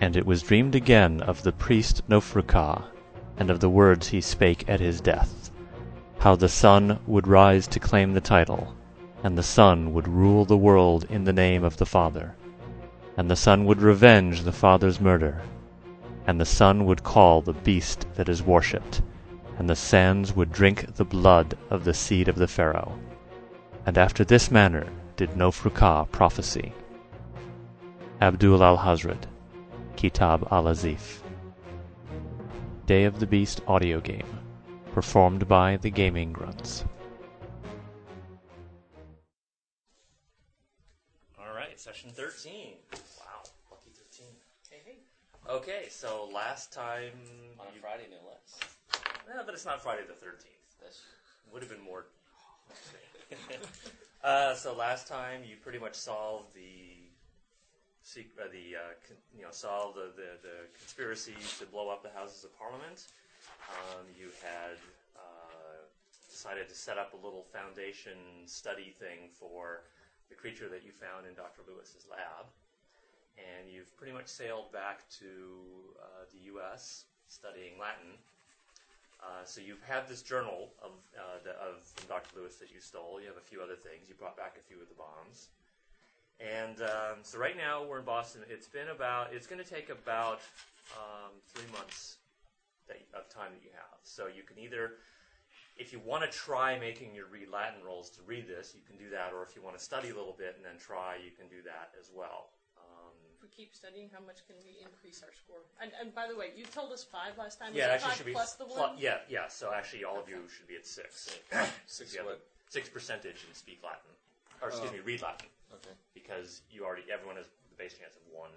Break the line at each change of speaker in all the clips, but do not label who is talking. And it was dreamed again of the priest Nofrukah, and of the words he spake at his death, how the sun would rise to claim the title, and the son would rule the world in the name of the father, and the son would revenge the father's murder, and the son would call the beast that is worshipped, and the sands would drink the blood of the seed of the Pharaoh. And after this manner did Nofrukah prophesy. Abdul al Hazred Kitab al Azif Day of the Beast audio game performed by the Gaming Grunts. All right, session 13. Wow, lucky 13.
Hey, hey.
Okay, so last time
On a
you-
Friday, no less.
No, but it's not Friday the 13th.
That's
Would have been more. uh, so last time you pretty much solved the sec- uh, the uh, con- you know solved the, the the conspiracy to blow up the Houses of Parliament. Um, you had uh, decided to set up a little foundation study thing for the creature that you found in Dr. Lewis's lab, and you've pretty much sailed back to uh, the U.S. studying Latin. Uh, so you've had this journal of, uh, the, of from Dr. Lewis that you stole. You have a few other things. You brought back a few of the bombs. And um, so right now we're in Boston. It's been about. It's going to take about um, three months that, of time that you have. So you can either, if you want to try making your read Latin rolls to read this, you can do that. Or if you want to study a little bit and then try, you can do that as well. Um,
If we keep studying, how much can we increase our score? And, and by the way, you told us five last time. Is
yeah, it
it
actually
five
should be
plus the
plu-
one.
yeah, yeah. So actually, all of you should be at six.
six
Yeah,
what?
six percentage and speak Latin, or excuse
Oh.
me, read Latin,
Okay.
because you already everyone has the base chance of one.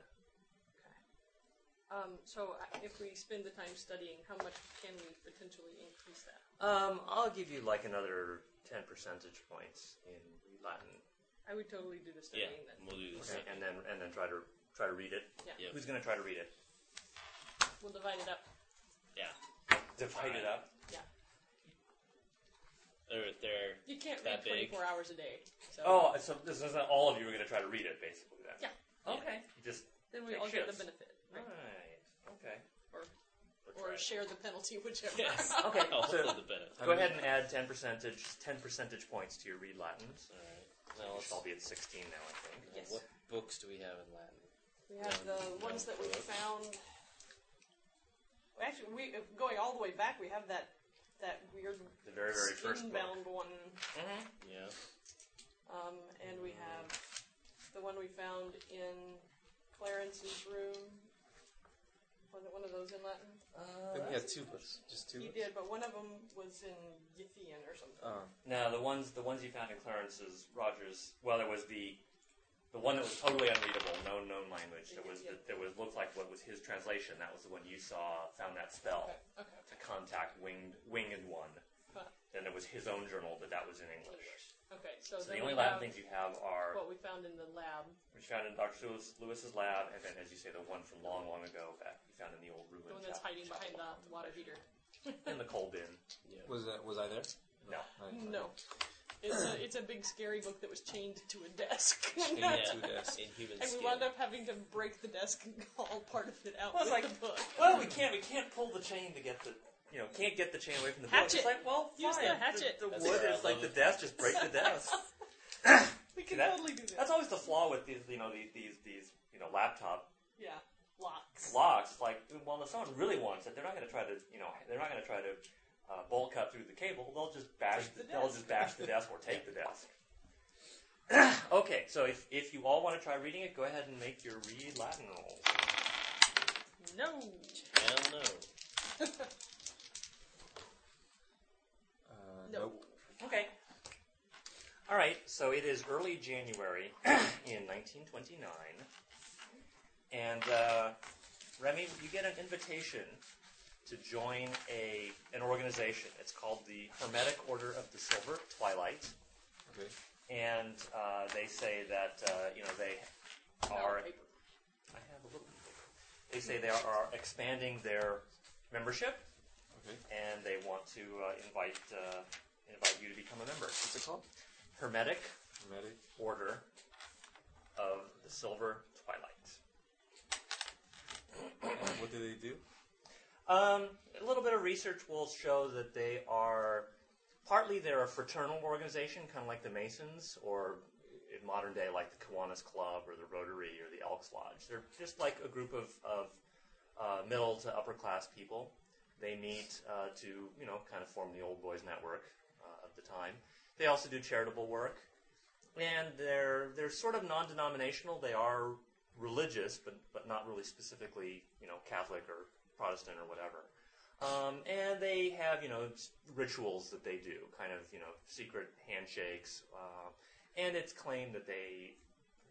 Um, so uh, if we spend the time studying, how much can we potentially increase that?
Um, I'll give you like another ten percentage points in read Latin,
I would totally do the
Yeah,
studying then.
we'll do this.
okay, and then and then try to try to read it.
Yeah.
Yep.
Who's gonna try to read it?
We'll divide it up.
Yeah.
Divide it up.
Yeah.
They're, they're,
You can't
That
read
big?
24 hours a day. So
Oh, so this is all of you are gonna try to read it, basically. Then.
Yeah.
Okay. You just
then
take
we all get
shifts.
the benefit.
right.
Right?
Okay.
Or,
We'll try it.
or share the penalty, whichever.
Yes.
Okay,
All
so-
of the benefits.
Go ahead and add ten percentage ten percentage points to your read Latin. So
Alright.
you
Now
should all
let's,
be at sixteen now, I think.
Yes.
What books do we have in Latin?
We have the ones that we found. Well, actually, we if going all the way back. We have that that weird
The very very first book.
skin-bound one,
Mhm.
Yeah.
um, and we have the one we found in Clarence's room. Was it one of those in Latin?
I think we have two books. Just two
He
books.
did, but one of them was in Githian or something.
Uh,
Oh.
No, the ones the ones you found in Clarence's Rogers. Well, there was the the one that was totally unreadable, no known language. That was that, that was looked like what was his translation. That was the one you saw found that spell
Okay, okay,
to contact winged winged one.
Huh.
Then there was his own journal, but that was in English.
okay. So,
So
then
the only
we
Latin
have
things you have are
what we found in the lab.
which you found in Dr. Lewis, Lewis's lab, and then, as you say, the one from long, long ago that you found in the old ruin.
The one that's
chapel-
hiding behind
chapel.
the water heater.
In the coal bin.
Yeah.
Was that was I there?
No.
I-
No. It's a, it's a big scary book that was chained to a desk.
Yeah.
and
Two desks.
In human
we
skin.
wound up having to break the desk and haul part of it out
Well, it's
with
like-
the book.
Well, we can't. We can't pull the chain to get the. You know, can't get the chain away from the book. It's
Hatchet.
like, well, fine.
Use the hatchet.
The, the
That's
wood
where I
is like
love
the
it.
desk. Just break the desk.
We can
that-
totally do this.
That's always the flaw with these. You know, these these these. You know, laptop
Yeah. Locks.
locks. It's like, well, if someone really wants it, they're not going to try to. You know, they're not going to try to uh, bolt cut through the cable. They'll just bash.
Break
The,
the
they'll
desk.
just bash the desk or take the desk. okay, so if, if you all want to try reading it, go ahead and make your read Latin roll.
No.
Hell no.
Uh,
No.
Nope.
Okay. All right, so it is early January in 1929, and uh, Remy, you get an invitation to join a an organization. It's called the Hermetic Order of the Silver Twilight,
Okay.
and uh, they say that uh, you know they are.
No paper.
I have a little. They say they are expanding their membership,
Okay.
and they want to uh, invite uh, invite you to become a member.
What's it called?
Hermetic
Medic.
Order of the Silver Twilight.
do?
Um, a little bit of research will show that they are partly they're a fraternal organization, kind of like the Masons, or in modern day like the Kiwanis Club or the Rotary or the Elks Lodge. They're just like a group of, of uh, middle to upper class people. They meet uh, to you know kind of form the old boys network uh, of the time. They also do charitable work, and they're they're sort of non-denominational. They are religious, but but not really specifically you know Catholic or Protestant or whatever. Um, and they have, you know, s- rituals that they do, kind of, you know, secret handshakes. Uh, and it's claimed that they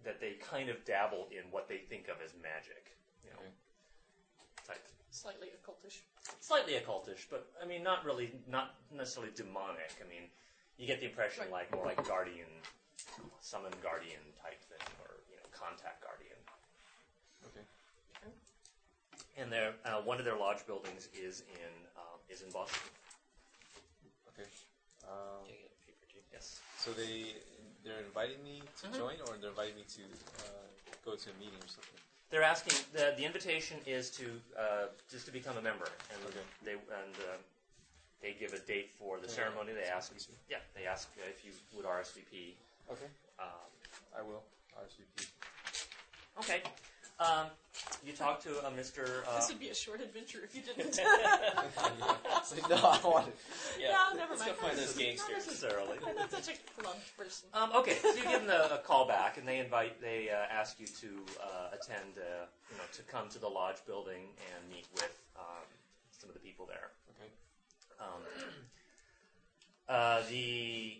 that they kind of dabble in what they think of as magic, you know,
Okay.
type.
Slightly occultish.
Slightly occultish, but I mean, not really, not necessarily demonic. I mean, you get the impression
Right.
like more like guardian, summon guardian type thing, or you know, contact guardian.
Okay.
And their uh, one of their lodge buildings is in um, is in Boston.
Okay. Um,
Dang it, puberty.
Yes.
so they they're inviting me to
Mhm.
join, or they're inviting me to uh, go to a meeting or something.
They're asking the the invitation is to uh, just to become a member, and
Okay.
they and uh, they give a date for the
Yeah.
ceremony. They ask, you- yeah, they ask uh, if you would RSVP.
Okay.
Um,
I will. RSVP.
okay, um, you talk to uh, Mr. Uh,
this would be a short adventure if you didn't.
It's like, no, I want it.
No, never
Let's
mind.
go find those
not
gangsters.
necessarily.
I'm not such a blunt person.
Um, okay, so you give them a, a call back, and they invite, they uh, ask you to uh, attend, uh, you know, to come to the lodge building and meet with um, some of the people there.
Okay.
Um, uh, the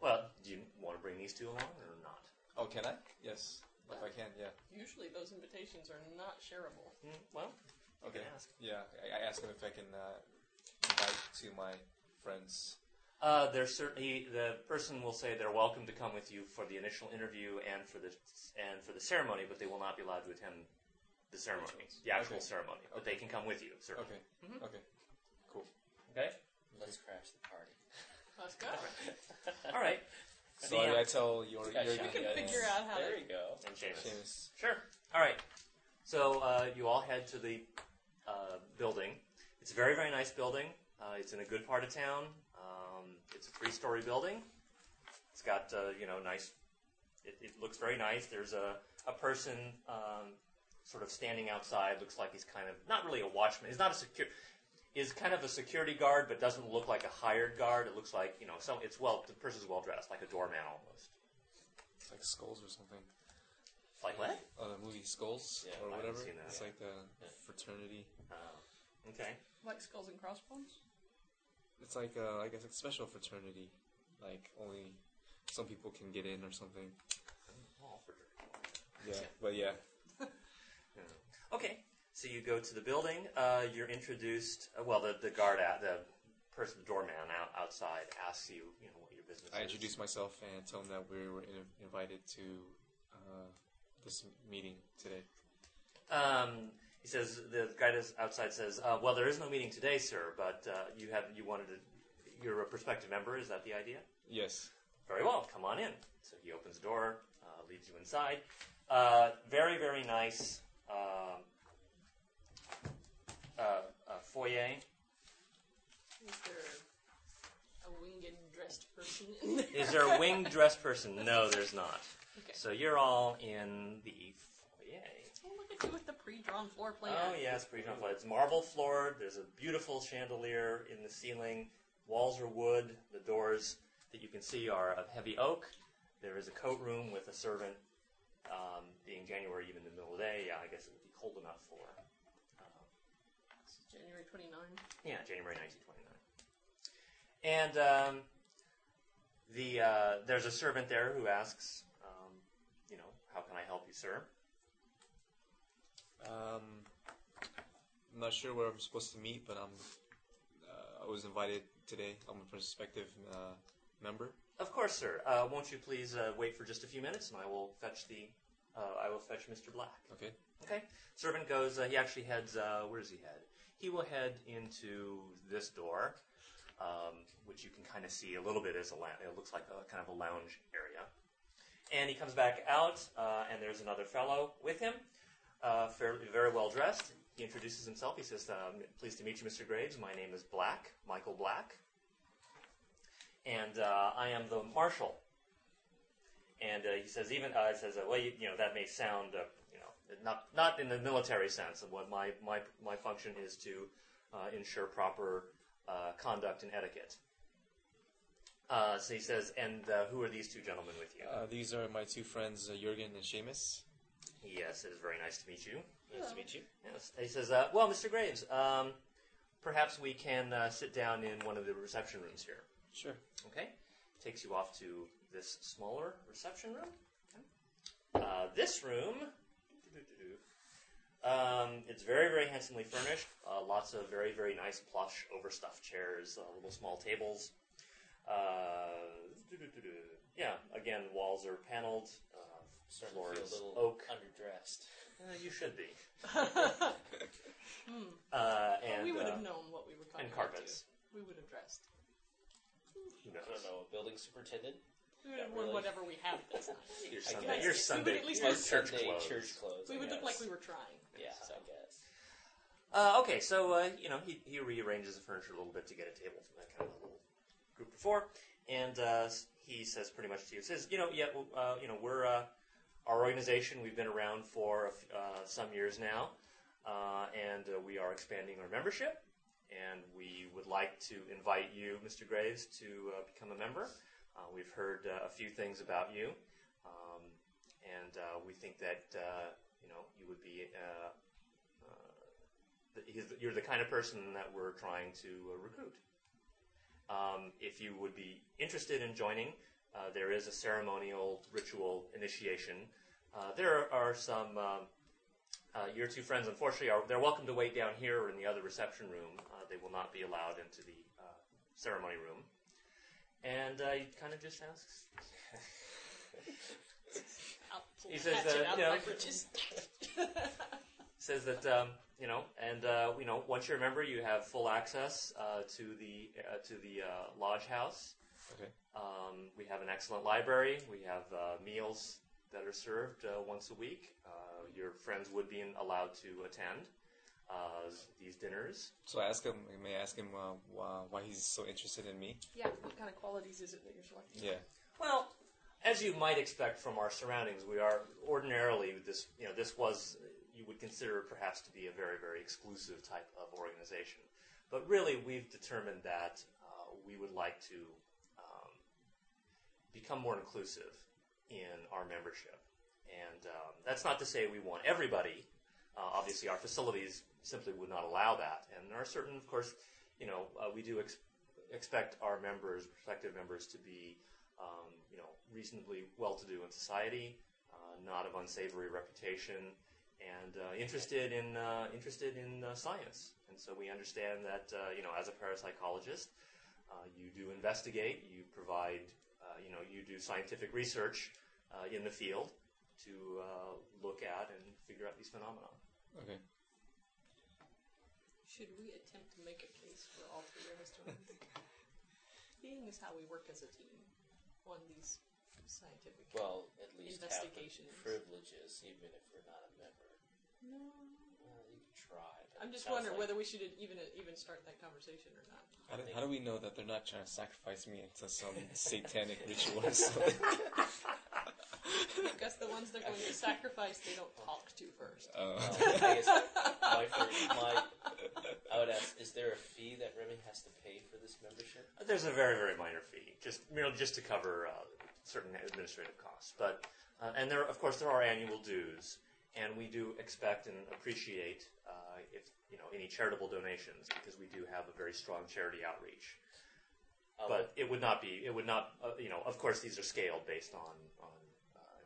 well, do you want to bring these two along or not?
Oh, can I? Yes. If I can, yeah.
Usually those invitations are not shareable.
Mm, well, you
Okay.
can ask.
Yeah. I, I asked him if I can uh, invite to my friends.
Uh, they're certainly the person will say they're welcome to come with you for the initial interview and for the and for the ceremony, but they will not be allowed to attend the ceremony, the actual
Okay.
ceremony. But they can come with you, certainly.
Okay.
Mhm.
Okay. Cool.
Okay.
Let's crash the party.
Let's go.
All right.
So
The,
I,
uh,
I tell your,
Got
your
shot.
You can
Yes.
figure out how
There
to.
you go.
and Seamus.
Seamus.
Sure. All right. So uh, you all head to the uh, building. It's a very, very nice building. Uh, it's in a good part of town. Um, it's a three-story building. It's got uh, you know nice. It, it looks very nice. There's a a person um, sort of standing outside. Looks like he's kind of not really a watchman. He's not a secure. Is kind of a security guard, but doesn't look like a hired guard. It looks like you know. So it's well. The person's well dressed, like a doorman almost.
It's like skulls or something.
Like what?
Oh, the movie Skulls
Yeah,
or
I haven't
whatever.
seen that.
It's
Yeah.
like the fraternity.
Oh, okay.
Like skulls and crossbones?
It's like uh, I guess it's special fraternity. Like only some people can get in or something.
All for-
Yeah. But yeah.
Okay, so you go to the building. Uh, you're introduced. Uh, well, the, the guard at the person, the doorman out, outside asks you, you know, what your business
I
is.
introduced myself and told him that we were in- invited to uh, this meeting today.
Um, he says the guy that's outside says, uh, "Well, there is no meeting today, sir. But uh, you have you wanted to. You're a prospective member. Is that the idea?
Yes.
Very well. Come on in." So he opens the door, uh, leads you inside. Uh, very very nice um, uh, uh, foyer.
Is there a winged dressed person in there?
Is there a winged dressed person? No, there's not.
Okay.
So you're all in the foyer.
Oh, look at you with the pre drawn floor plan.
Oh yes, pretty fun. It's marble floored. There's a beautiful chandelier in the ceiling. Walls are wood. The doors that you can see are of heavy oak. There is a coat room with a servant. Um, being January, even in the middle of the day, yeah, I guess it would be cold enough for. Um,
It's January 29.
yeah, January 1929. And um, the uh, there's a servant there who asks, um, you know, how can I help you, sir?
Um, I'm not sure where I'm supposed to meet, but I'm. Uh, I was invited today. I'm a prospective uh, member.
Of course, sir. Uh, won't you please uh, wait for just a few minutes, and I will fetch the, uh, I will fetch Mr. Black.
Okay.
Okay. Servant goes. Uh, he actually heads. Uh, where does he head? He will head into this door, um, which you can kind of see a little bit as a. lou- It looks like a kind of a lounge area, and he comes back out, uh, and there's another fellow with him, uh, fairly, very well dressed. He introduces himself. He says, um, "Pleased to meet you, Mr. Graves. My name is Black, Michael Black, and uh, I am the marshal." And uh, he says, "Even uh, he says, uh, well, you, you know, that may sound, uh, you know, not not in the military sense. Of what my my my function is to uh, ensure proper uh, conduct and etiquette." Uh, so he says, "And uh, who are these two gentlemen with you?"
Uh, these are my two friends, uh, Jurgen and Seamus.
Yes, it is very nice to meet you.
Nice to meet you.
Yes. He says, uh, "Well, Mr. Graves, um, perhaps we can uh, sit down in one of the reception rooms here."
Sure.
Okay. Takes you off to this smaller reception room. Uh, this room, um, it's very, very handsomely furnished. Uh, lots of very, very nice plush, overstuffed chairs, uh, little small tables. Uh, yeah, again, walls are paneled. Uh,
Starting
Floor
to feel
is
a little Uh,
oak.
underdressed.
eh, you should be.
Hmm.
Uh,
Well,
and
we would
uh,
have known what we were coming
and carpets.
to. We would have dressed.
Who
I don't
knows?
know, a building superintendent?
We would have
Yeah,
worn
really.
whatever we had this time.
Your
I
Sunday,
guess.
your
We would
Sunday,
at least
your
look
church
Sunday
clothes.
church clothes.
We
I
would look like
guess.
we were trying.
Yeah,
So.
I guess.
Uh, okay, so uh, you know he, he rearranges the furniture a little bit to get a table from that kind of little group before, and uh, s- he says pretty much to you says you know yeah well, uh, you know we're uh, our organization we've been around for a f- uh, some years now, uh, and uh, we are expanding our membership, and we would like to invite you, Mr. Graves, to uh, become a member. Uh, we've heard uh, a few things about you, um, and uh, we think that uh, you know you would be. Uh, uh, that he's, you're the kind of person that we're trying to uh, recruit. Um, if you would be interested in joining, uh, there is a ceremonial ritual initiation. Uh, there are some. Um, uh, your two friends, unfortunately, are they're welcome to wait down here or in the other reception room. Uh, they will not be allowed into the uh, ceremony room. And uh, he kind of just asks.
I'll pull
He
the
says,
hatchet
uh,
out
you
of
know-
my britches.
says that um, you know, and uh, you know, once you're a member, you have full access uh, to the uh, to the uh, lodge house.
Okay.
Um, we have an excellent library. We have uh, meals that are served uh, once a week. Uh, your friends would be in- allowed to attend uh, these dinners.
So I ask him, may I ask him uh, wh- why he's so interested in me?
yeah, what kind of qualities is it that you're selecting?
Yeah.
Well, as you might expect from our surroundings, we are ordinarily this. You know, this was you would consider perhaps to be a very, very exclusive type of organization. But really, we've determined that uh, we would like to um, become more inclusive in our membership, and um, that's not to say we want everybody. Uh, obviously, our facilities simply would not allow that, and there are certain, of course, you know, uh, we do ex- expect our members, prospective members, to be um, you know, reasonably well-to-do in society, uh, not of unsavory reputation, and uh, interested in uh, interested in uh, science. And so we understand that uh, you know, as a parapsychologist, uh, you do investigate, you provide, uh, you know, you do scientific research uh, in the field to uh, look at and figure out these phenomena.
Okay.
Should we attempt to make a case for all three of us to run? Seeing as how we work as a team on these scientific.
Well, at least have the
Investigations.
privileges, even if we're not a member.
no.
Well, Uh, you can try. but
I'm
it
just
sounds
wondering
like
whether we should even even start that conversation or not.
How do, how do we know that they're not trying to sacrifice me into some satanic ritual or something?
Because the ones they're going to sacrifice, they don't talk to first.
Uh,
Well, I guess my first, my, I would ask: Is there a fee that Remy has to pay for this membership?
There's a very, very minor fee, just merely just to cover uh, certain administrative costs. But uh, and there, of course, there are annual dues, and we do expect and appreciate uh, if you know any charitable donations because we do have a very strong charity outreach.
Um,
But it would not be, it would not, uh, you know. Of course, these are scaled based on on uh,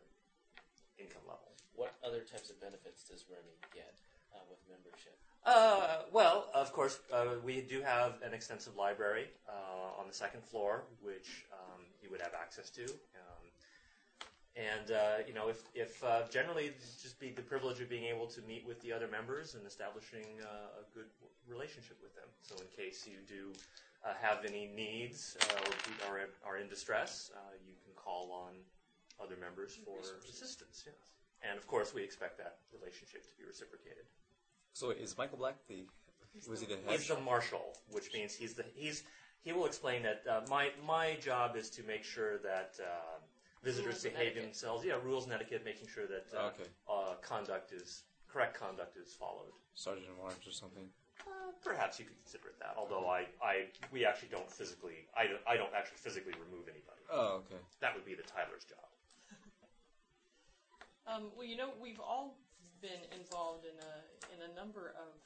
income level.
what other types of benefits does Remy get uh, with membership?
Uh, well, of course, uh, we do have an extensive library uh, on the second floor, which um, you would have access to. Um, and uh, you know, if, if uh, generally just be the privilege of being able to meet with the other members and establishing uh, a good relationship with them. So, in case you do uh, have any needs uh, or pe- are in- are in distress, uh, you can call on other members for
Resources.
assistance. Yes, and of course, we expect that relationship to be reciprocated.
So wait, is Michael Black the? Was he the head?
He's the marshal, which means he's the he's he will explain that uh, my my job is to make sure that uh, visitors
Rules and
behave
etiquette.
themselves. Yeah, rules and etiquette, making sure that uh,
Okay.
uh, conduct is correct. Conduct is followed.
Sergeant of Arms or something.
Uh, perhaps you could consider it that. Although I, I we actually don't physically I don't, I don't actually physically remove anybody.
Oh, okay.
That would be the Tyler's job.
Um, well, you know, we've all been involved in a in a number of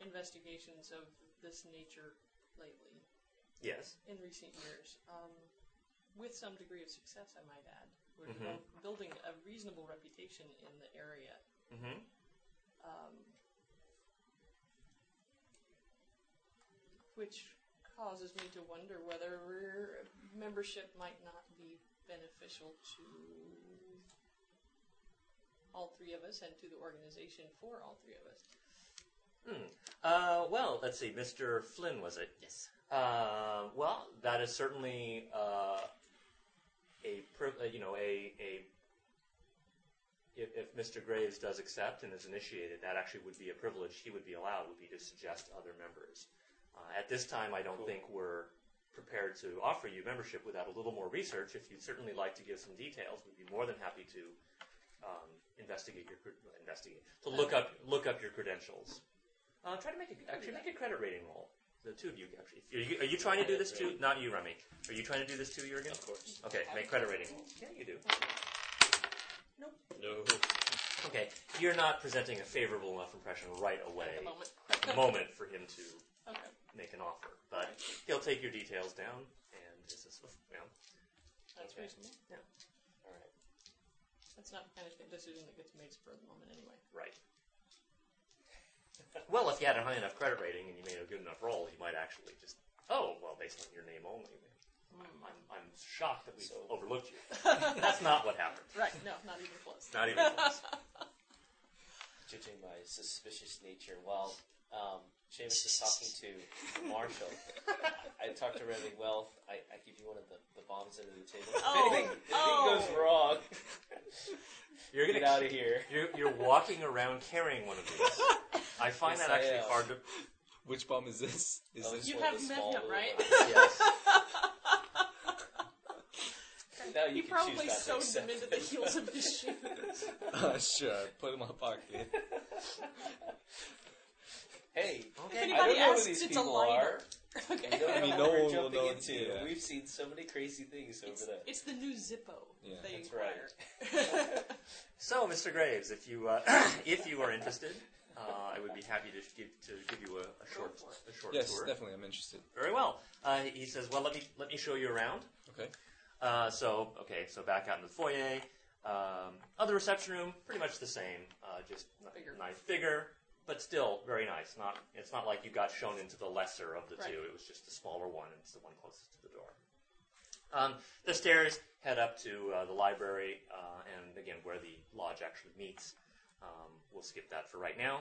investigations of this nature lately
Yes.
in recent years, um, with some degree of success, I might add. We're
Mhm.
develop- building a reasonable reputation in the area.
Mm-hmm.
um, which causes me to wonder whether membership might not be beneficial to all three of us and to the organization for all three of us.
Uh, well, let's see. Mr. Flynn was it?
Yes.
Uh, well, that is certainly uh, a priv- uh, you know a a if, if Mr. Graves does accept and is initiated, that actually would be a privilege he would be allowed would be to suggest other members. Uh, at this time, I don't
Cool.
think we're prepared to offer you membership without a little more research. If you'd certainly like to give some details, we'd be more than happy to um, investigate your cre- investigate to look up look up your credentials. Uh, try to make a, actually make a credit rating roll. The two of you actually. Are you, are you trying to do this too? Not you, Remy. Are you trying to do this too, Jurgen?
Of course.
Okay, make credit rating roll. Yeah, you do.
No.
Okay, you're not presenting a favorable enough impression right away.
At the moment.
the moment for him to
okay.
make an offer, but he'll take your details down, and this is you know,
That's
Okay.
reasonable.
All right.
That's not the kind of decision that gets made spur of the moment anyway.
right. Well, if you had a high enough credit rating and you made a good enough roll, you might actually just oh well, based on your name only.
Hmm.
I'm, I'm shocked that we
So-
overlooked you. That's not what happened.
Right, no, not even close.
Not even close.
Judging my suspicious nature, while um, Seamus is talking to Marshall, I talked to Remy. Well, I, I give you one of the, the bombs under the table.
Oh,
if anything, if
oh.
anything goes wrong,
You're
get out of here.
You're, you're walking around carrying one of these. I find
Yes,
that
I
actually
am.
hard to.
Which bomb is this? Is
Oh,
this?
You
one of
have
the
met
small
him,
little
right?
ones.
Yes.
Now
He
you can choose
probably
not to
sewed
accept
them into the heels of his shoes.
Uh, sure. I Put it in my pocket.
Hey,
If
Okay.
I don't
anybody
know who
asks,
these
it's a
people
liner.
are.
Okay.
We don't
I mean,
know
no
what
one
we're
will
jumping
know.
into.
Yeah.
We've seen so many crazy things over
It's,
there.
it's the new Zippo.
Yeah.
they
That's
inquire.
So, Mr. Graves, if you uh, if you are interested, uh, I would be happy to give to give you a, a short
for
a short
Yes,
tour.
definitely. I'm interested.
Very well. Uh, he says, "Well, let me let me show you around."
Okay.
Uh, so, okay, so back out in the foyer. Um, other reception room, pretty much the same, uh, just n-
Bigger.
nice, bigger, but still very nice. Not, it's not like you got shown into the lesser of the
Right.
two. It was just the smaller one. It's the one closest to the door. Um, the stairs head up to uh, the library, uh, and again where the lodge actually meets. Um, we'll skip that for right now.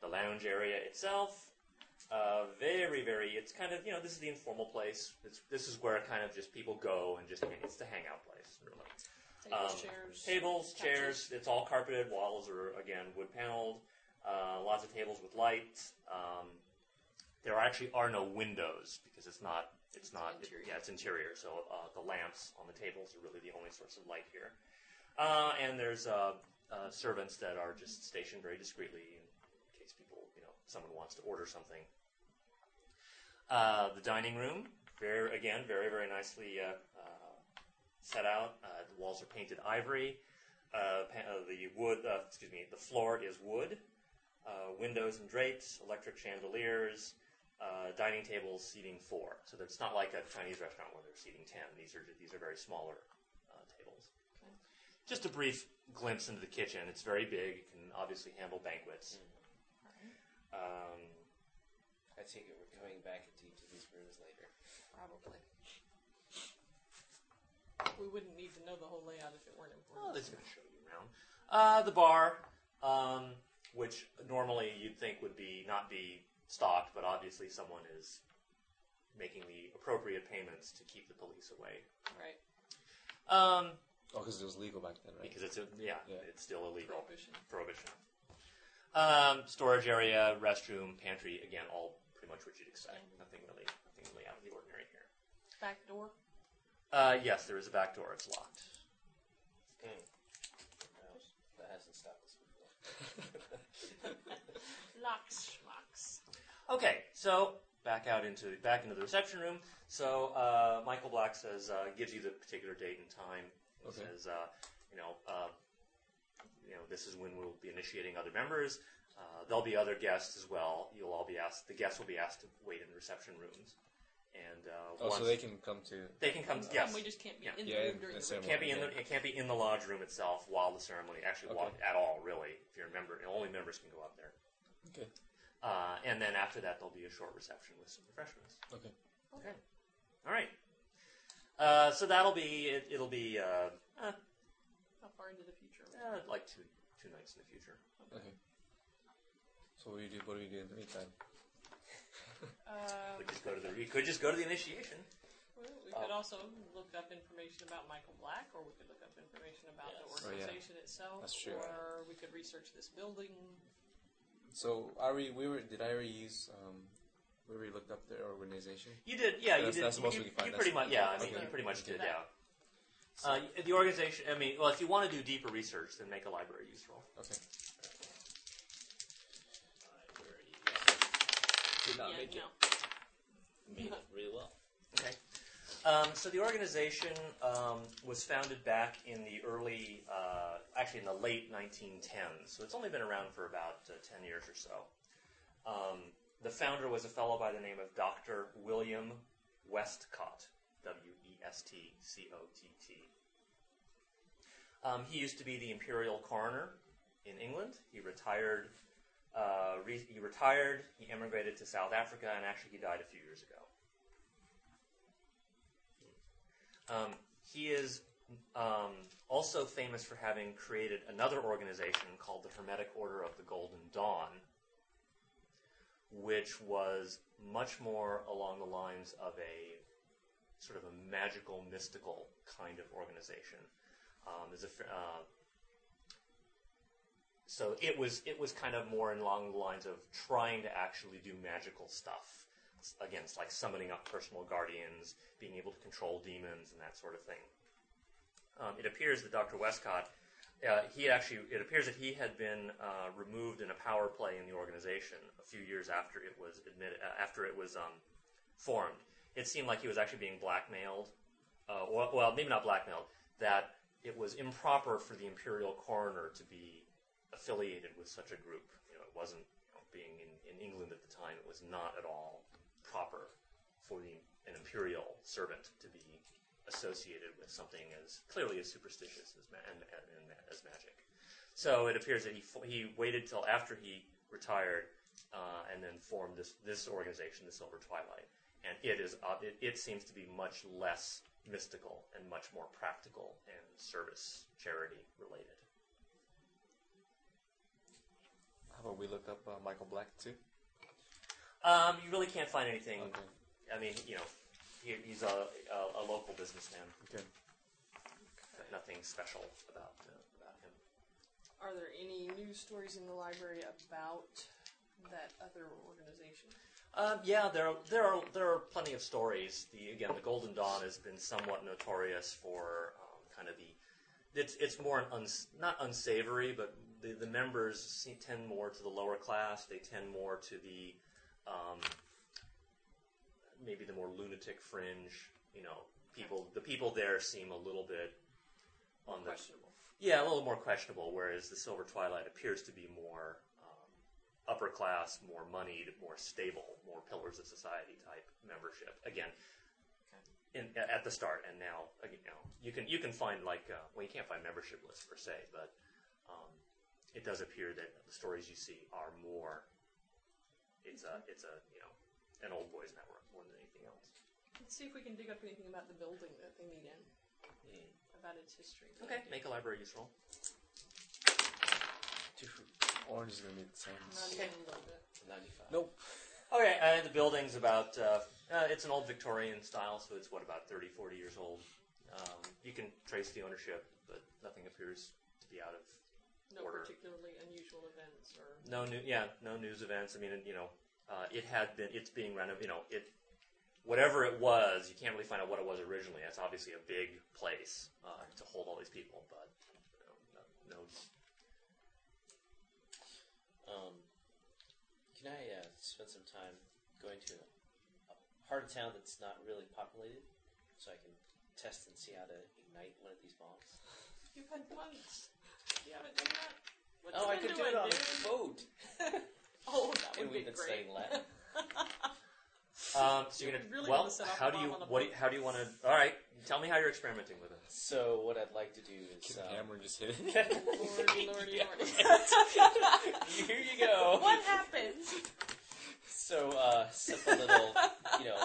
The lounge area itself uh, very, very. It's kind of you know this is the informal place. It's, this is where kind of just people go and just it's the hangout place. Really.
Tables,
Um,
chairs.
Tables,
couches.
chairs. It's all carpeted. Walls are again wood paneled. Uh, lots of tables with lights. Um, there actually are no windows because it's not. It's not. it-
interior.
yeah, it's interior. So uh, the lamps on the tables are really the only source of light here. Uh, and there's uh, uh, servants that are just stationed very discreetly in case people, you know, someone wants to order something. Uh, the dining room, very again, very very nicely uh, uh, set out. Uh, the walls are painted ivory. Uh, pa- uh, the wood, uh, excuse me, the floor is wood. Uh, windows and drapes, electric chandeliers, uh, dining tables seating four. So it's not like a Chinese restaurant where they're seating ten. These are these are very smaller uh, tables.
Okay.
Just a brief glimpse into the kitchen. It's very big. It can obviously handle banquets. Um,
I take it we're coming back into each of these rooms later.
Probably. We wouldn't need to know the whole layout if it weren't
well,
Oh,
important.
oh, this is going to show you around. Uh, the bar, um, which normally you'd think would be not be stocked, but obviously someone is making the appropriate payments to keep the police away.
right.
Um,
Oh, because it was legal back then, right?
because it's a, yeah,
Yeah.
it's still illegal
Prohibition.
prohibition. Um, storage area, restroom, pantry. Again, all pretty much what you'd expect. Nothing really, nothing really out of the ordinary here.
Back door.
Uh, yes, there is a back door. It's locked.
Hmm.
No, that hasn't stopped us before.
Locks, locks.
Okay, so back out into back into the reception room. So uh, Michael Black says uh, gives you the particular date and time. He
Okay.
Says uh, you know uh, you know this is when we'll be initiating other members. Uh, there'll be other guests as well. You'll all be asked. The guests will be asked to wait in the reception rooms, and uh,
Oh,
once
so they can come to.
they can
Um,
come.
Come,
Yes,
We just can't be
Yeah.
in
Yeah,
the room
in
during
the
the
ceremony.
can't be in the it can't be in the lodge room itself while the ceremony actually while,
Okay.
at all really. If you're a member, only members can go up there.
Okay.
Uh, and then after that, there'll be a short reception with some refreshments.
Okay.
Okay. All right. Uh, so that'll be it, it'll be uh, uh,
How far into the future?
uh,
are
like two two nights in the future.
Okay. So what do you do? What do you do in the meantime?
we? Uh,
We could just go to the we could just go to the initiation.
well, we could also look up information about Michael Black, or we could look up information about the
Yes.
Oh, yeah.
organization itself,
That's true.
or we could research this building.
So I already we were did I already use um we already looked up their organization?
You did, yeah. you
That's-
did.
that's the
you,
most
you,
we can find.
you pretty much,
That's-
yeah. I mean,
okay.
you pretty much did,
Okay.
yeah. Uh, the organization. I mean, well, if you want to do deeper research, then make a library use roll.
Okay.
Alright, where are you? Yes,
Did not
yeah,
make
no.
you Made it really well.
Okay. Um, so the organization um, was founded back in the early, uh, actually in the late 1910s. So it's only been around for about uh, 10 years or so. Um, the founder was a fellow by the name of Dr. William Westcott, W E S T C O T T. Um, he used to be the imperial coroner in England. He retired. Uh, re- he retired. He emigrated to South Africa, and actually, he died a few years ago. Um, he is um, also famous for having created another organization called the Hermetic Order of the Golden Dawn, which was much more along the lines of a sort of a magical, mystical kind of organization. Um, there's a, fa- uh, so it was it was kind of more along the lines of trying to actually do magical stuff S- again, it's like summoning up personal guardians, being able to control demons, and that sort of thing. Um, it appears that Dr. Westcott, uh, he actually, it appears that he had been uh, removed in a power play in the organization a few years after it was admitted, uh, after it was um, formed. It seemed like he was actually being blackmailed, uh, or, well, maybe not blackmailed, that it was improper for the imperial coroner to be affiliated with such a group. You know, it wasn't you know, being in, in England at the time; it was not at all proper for the, an imperial servant to be associated with something as clearly as superstitious as ma- and, and, and as magic. So it appears that he fo- he waited till after he retired uh, and then formed this this organization, the Silver Twilight, and it is ob- it, it seems to be much less mystical and much more practical and service charity related.
How about we look up uh, Michael Black too?
Um, you really can't find anything.
Okay.
I mean, you know, he, he's a, a, a local businessman.
Okay.
but nothing special about uh, about him.
Are there any news stories in the library about that other organization?
Um, yeah, there are- there are there are plenty of stories. The again, the Golden Dawn has been somewhat notorious for um, kind of the it's it's more an uns, not unsavory, but the the members se- tend more to the lower class. They tend more to the um, maybe the more lunatic fringe. You know, people the people there seem a little bit on the
Questionable.
yeah, a little more questionable, whereas the Silver Twilight appears to be more um, upper class, more moneyed, more stable, more pillars of society type membership. Again, in, a- at the start, and now again, you, know, you can you can find like uh, well, you can't find membership lists per se, but um, it does appear that the stories you see are more. It's a it's a you know an old boys network more than anything else.
Let's see if we can dig up anything about the building that they meet in,
Hmm.
about its history.
make a library use roll.
Orange is gonna be the same.
Not even a little bit.
95.
Nope.
Okay, uh, the building's about, uh, uh, it's an old Victorian style, so it's what, about 30, 40 years old. Um, you can trace the ownership, but nothing appears to be out of
no
order.
particularly unusual events or
No new, yeah, no news events. I mean, you know, uh, it had been, it's being renovated. You know, it, whatever it was, you can't really find out what it was originally. That's obviously a big place uh, to hold all these people, but you know, no, no
Um, can I uh, spend some time going to a part of town that's not really populated, so I can test and see how to ignite one of these bombs?
you've had months. You haven't done that. What
oh, I
time
could do
I
it on
do?
a boat.
oh, that
And
would be
we've been
great.
studying Latin.
Um, so you're gonna
You really
well.
wanna set off
how
a
do
bomb
you
on a
what? Do you,
boat.
how do you want to? All right, tell me how you're experimenting with it.
So what I'd like to do
Get
is.
the
Um,
hammer and just hit it.
Lordy, lordy,
Yeah.
lordy.
Here you go.
What happened?
So uh, simple little, you know,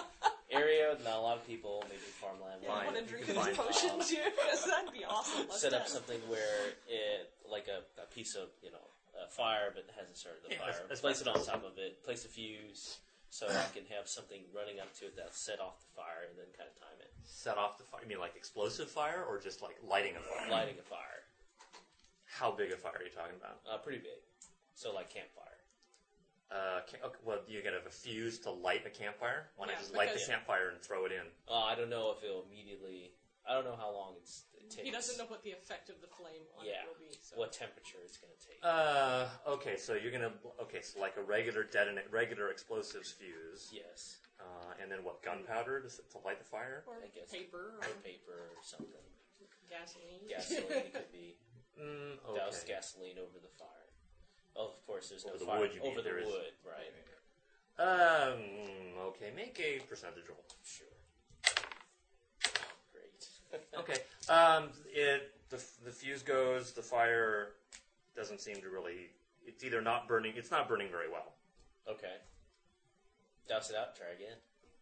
area, not a lot of people, maybe farmland.
Yeah, I
Fine.
want to
You
drink
can
these
find-
potions here. That'd be awesome. Let's
set
do
up
it.
something where it like a, a piece of you know a fire but it hasn't started the
Yeah,
fire.
that's- that's
place it
fine.
on top of it. Place a fuse so I can have something running up to it that'll set off the fire and then kind of time it,
Set off the fire. You mean like explosive fire or just like lighting a fire?
lighting a fire.
How big a fire are you talking about?
Uh, pretty big, so like campfire.
Uh, can, okay, well, you're gonna have a fuse to light a campfire. Why not
Yeah,
just light the
because-
campfire and throw it in?
Uh, I don't know if it'll immediately. I don't know how long it's, it takes.
He doesn't know what the effect of the flame on it
Yeah.
will be. So.
what temperature it's going to take.
Uh, okay, so you're gonna okay, so like a regular detonate, regular explosives fuse,
yes,
uh, and then what? Gunpowder to, s- to light the fire?
Or
I guess-
paper or
or paper or something.
gasoline.
Gasoline could be.
Mm,
douse
okay.
gasoline over the fire. Oh, of course, there's
Over
no
the
fire
wood, you mean,
over the
there is-
wood, right?
Um, okay, make a percentage roll.
Sure. Oh, Great.
Okay. Um, it the the fuse goes. The fire doesn't seem to really. It's either not burning. It's not burning very well.
okay. Douse it out. Try again.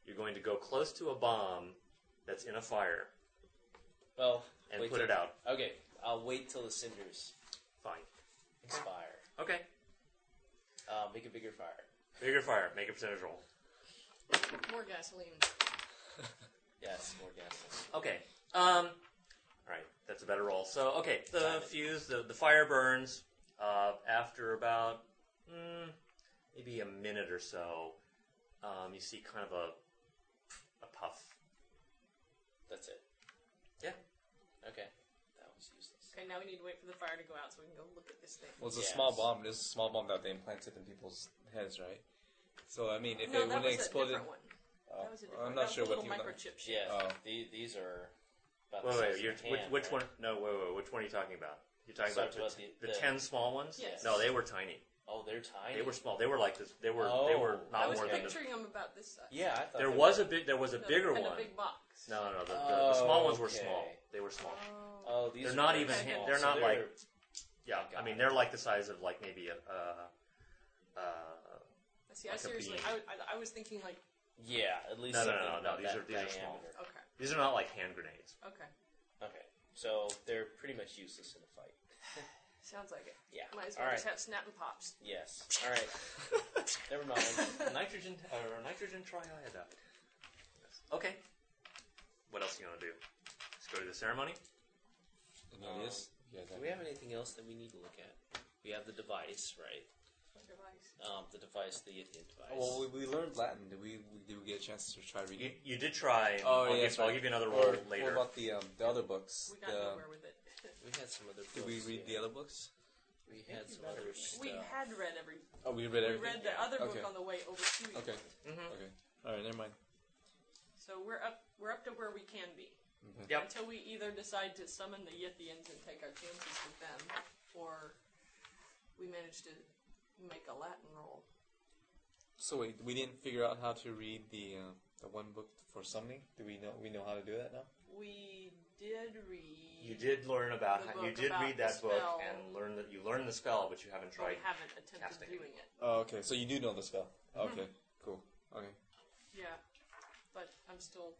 You're going to go close to a bomb that's in a fire
Well,
and
wait
put
till,
it out.
Okay, I'll wait till the cinders
Fine.
expire.
Okay.
Uh, make a bigger fire.
Bigger fire. Make a percentage roll.
More gasoline.
Yes, more gasoline.
Okay. Um. All right. That's a better roll. So okay, the
Got it.
fuse, the the fire burns. Uh, after about mm, maybe a minute or so, um, you see kind of a a puff.
That's it.
Yeah.
Okay. That was useless.
Okay, now we need to wait for the fire to go out so we can go look at this thing.
Well, it's a
Yes.
small bomb. This is a small bomb that they implanted in people's heads, right? So I mean, if
no,
it
that
wouldn't
was
exploded,
a different one.
Oh,
That was a different
I'm
one.
not
That
sure
was a
what you.
little microchip chip.
Yeah.
Oh.
The, these are.
Wait,
About the
wait,
size
you're,
of a
which,
can,
which
right?
one? No, wait, wait, which one are you talking about? You're talking
So
about
it was
the,
the-
the
the-
ten small ones?
Yes.
No, they were tiny.
Oh, they're tiny.
They were small. They were like this. They were. they were
Oh.
I
not
was
more than. The,
picturing them about this size.
Yeah, I thought
there
they
was
were.
a big. There was a
In
bigger
in
one.
a big box.
No, no, the, the,
Oh,
the small ones were
okay.
small. They were small.
Oh.
Oh, these
They're
are
not
very
even
small,
hand- they're
so
not like-
they're-
Yeah,
I got
I mean
it.
they're like the size of like maybe a. Uh, uh,
See, I
Like a
seriously,
bean.
I, I, I was thinking like,
yeah, at least
No, no, no,
something
no,
about
these
that
are- these are small.
diameter.
okay,
these are not like hand grenades.
okay,
Okay, so they're pretty much useless in a fight.
sounds like it.
Yeah.
Might as
All
well
right.
just have snap and pops.
Yes. All right. Never mind.
nitrogen or nitrogen triiodide. Okay. What else do you want to do? Let's go to the ceremony.
And there it is. You guys
Do
have
we
it.
have anything else that we need to look at? We have the device, right?
Device.
Um, the device, the Ithian device.
Oh,
Well, we, we learned Latin. Did we, we did we get a chance to try reading?
You, you did try. and I'll,
Oh, yeah,
give,
sorry.
I'll give you another roll
Or What
later.
about the um, the other books?
We got
The,
uh,
nowhere with it.
we had some other.
did we
books,
read
yeah.
the other books?
We had some other. Stuff.
uh,
We had read every.
Oh, we read
We
everything.
read the other
Okay.
book on the way over to you.
Okay.
Mhm.
Okay. All right. Never mind.
So we're up. We're up to where we can be.
Okay.
Yep.
Until we either decide to summon the Yithians and take our chances with them, or we manage to make a Latin roll.
So wait, we didn't figure out how to read the uh, the one book for summoning. Do we know we know how to do that now?
We did read.
You did learn about.
The
how- you
book
did
about
read
the
that book
spell.
and learn that you learned the spell, but you haven't
but we
tried.
haven't attempted
casting.
doing it.
Oh, okay. So you do know the spell. Okay. Cool. Okay.
Yeah, but I'm still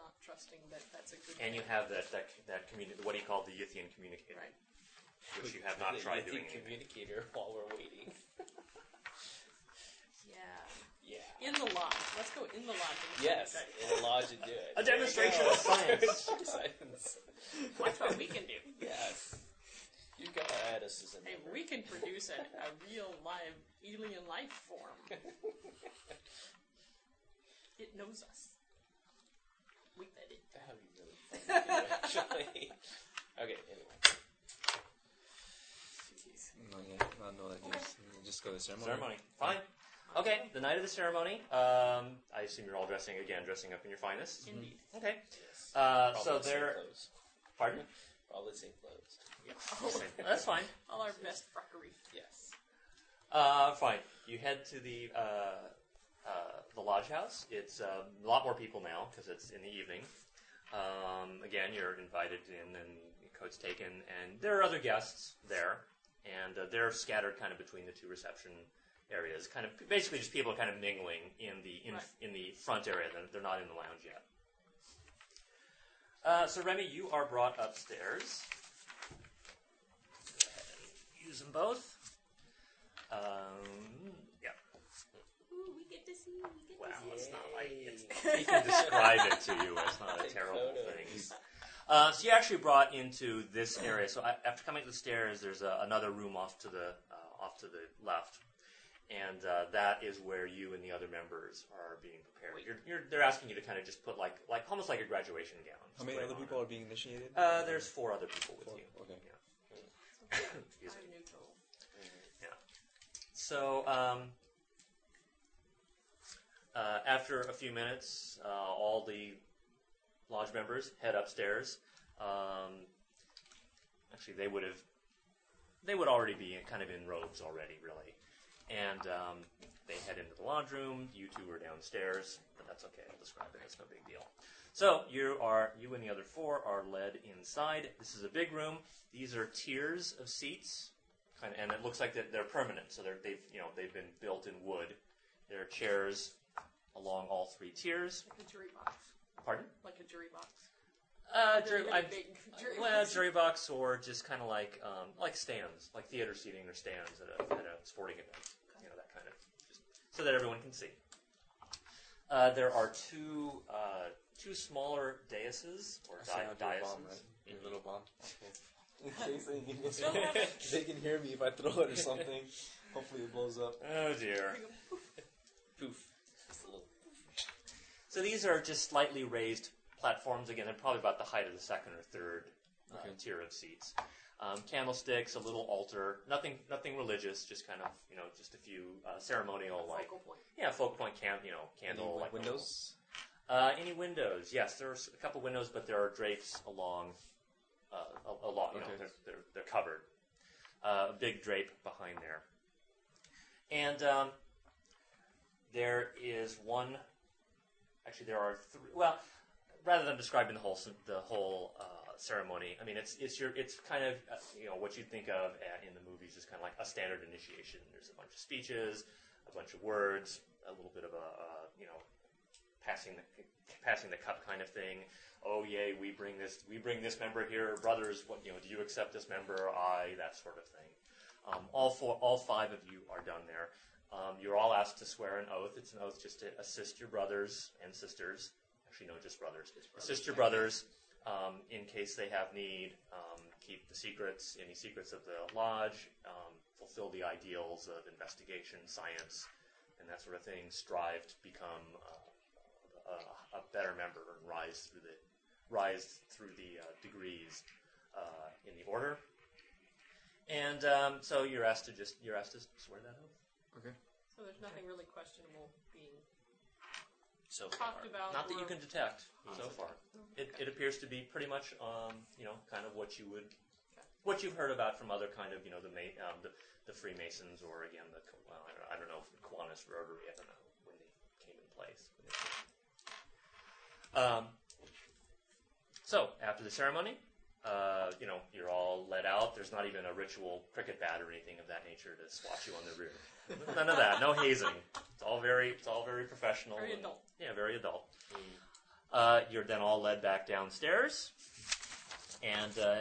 not trusting that that's a good.
And you have that that that communi- what he called the Yithian communicator,
Right.
which you have not
the
tried
Ithian
doing. anything.
communicator while we're waiting.
Yeah.
Yeah.
In the lodge. Let's go in the lodge. and
Yes,
try to-
in a lodge and do it.
A demonstration of science.
Science.
That's what we can do.
Yes. You Chica Addis is in
Hey,
there.
we can produce a, a real live alien life form. It knows us. We fed it.
That would be really fun to do, actually. okay, anyway.
No, yeah, no, no, that just, just go to ceremony.
Ceremony. Fine. Okay, the night of the ceremony. Um, I assume you're all dressing again, dressing up in your finest.
Indeed.
Okay.
Yes.
Uh,
Probably
so
the same
there.
Clothes.
Pardon?
Probably the same clothes.
That's fine.
All our best frockery.
Yes.
Uh, fine. You head to the uh, uh, the lodge house. It's uh, a lot more people now because it's in the evening. Um, again, you're invited in, and your coat's taken, and there are other guests there, and uh, they're scattered kind of between the two reception areas. Kind of basically just people kind of mingling in the in,
Right.
in the front area. They're, they're not in the lounge yet. Uh, so Remy, you are brought upstairs. Go ahead and Use them both. Um, yeah.
Ooh, we get to see. We get
Wow, it's not like it's,
Yay.
he can describe it to you. It's not a
Take
terrible
photos.
thing. Uh, so you actually brought into this area. So I, after coming up the stairs, there's a, another room off to the uh, off to the left, and uh, that is where you and the other members are being prepared.
Wait.
You're, you're, they're asking you to kind of just put like like almost like a graduation gown.
How many
Put
other
it on
people are being initiated?
it. Uh, there's four other people with
Four.
you.
Okay.
Excuse me.
I'm neutral.
So, um, uh, after a few minutes, uh, all the lodge members head upstairs. Um, actually, they would have, they would already be in- kind of in robes already, really. And um, they head into the lodge room. You two are downstairs, but that's okay. I'll describe it. It's no big deal. So you are, you and the other four are led inside. This is a big room. These are tiers of seats kind of, and it looks like that they're permanent. So they're, they've you know they've been built in wood. There are chairs along all three tiers.
Like a jury box.
Pardon?
Like a jury box.
Uh,
Like
jury,
a
I,
big jury
well,
box.
jury box or just kind of like um, like stands, like theater seating or stands at a, at a sporting event. You know that kind of, just so that everyone can see. Uh, there are two uh, two smaller daises or
I
di-
do a bomb,
dioceses.
right? Your little bomb. In
case
they can,
Don't have it.
hear me if I throw it or something. Hopefully it blows up.
Oh dear.
Poof. Just a little.
So these are just slightly raised platforms. Again, they're probably about the height of the second or third uh,
Okay.
tier of seats. Um, candlesticks, a little altar, nothing, nothing religious, just kind of you know, just a few uh, ceremonial like
Focal point.
yeah, folk point can you know, candle
Any
like
windows?
Uh, any windows? Yes, there's a couple windows, but there are drapes along uh, a, a lot. You know,
Okay.
they're, they're, they're covered. Uh, a big drape behind there, and um, there is one. Actually, there are three. Well, rather than describing the whole s- the whole uh, ceremony, I mean, it's it's your it's kind of uh, you know what you think of uh, in the movies, just kind of like a standard initiation. There's a bunch of speeches, a bunch of words, a little bit of a uh, you know passing the passing the cup kind of thing. Oh yay, we bring this we bring this member here, brothers. What you know? Do you accept this member? I that sort of thing. Um, all four, all five of you are done there. Um, you're all asked to swear an oath. It's an oath just to assist your brothers and sisters. Actually, no, just brothers. Assist your brothers um, in case they have need. Um, keep the secrets, any secrets of the lodge. Um, fulfill the ideals of investigation, science, and that sort of thing. Strive to become uh, a, a better member and rise through the rise through the uh, degrees uh, in the order. And um, so you're asked to just you're asked to swear that oath.
Okay.
So there's nothing really questionable being
So far.
talked about.
Not that you
or-
can detect so
Awesome.
far. It,
Oh,
it
Okay.
appears to be pretty much um, you know kind of what you would what you've heard about from other kind of you know the ma- um, the, the Freemasons or again the Co- well I don't, I don't know if Kiwanis Rotary I don't know when they came in place. Um, so after the ceremony, uh, you know you're all let out. There's not even a ritual cricket bat or anything of that nature to swat you on the rear. None of that. No hazing. It's all very it's all very professional.
Very
and-
adult.
yeah, very adult. Uh, you're then all led back downstairs, and uh,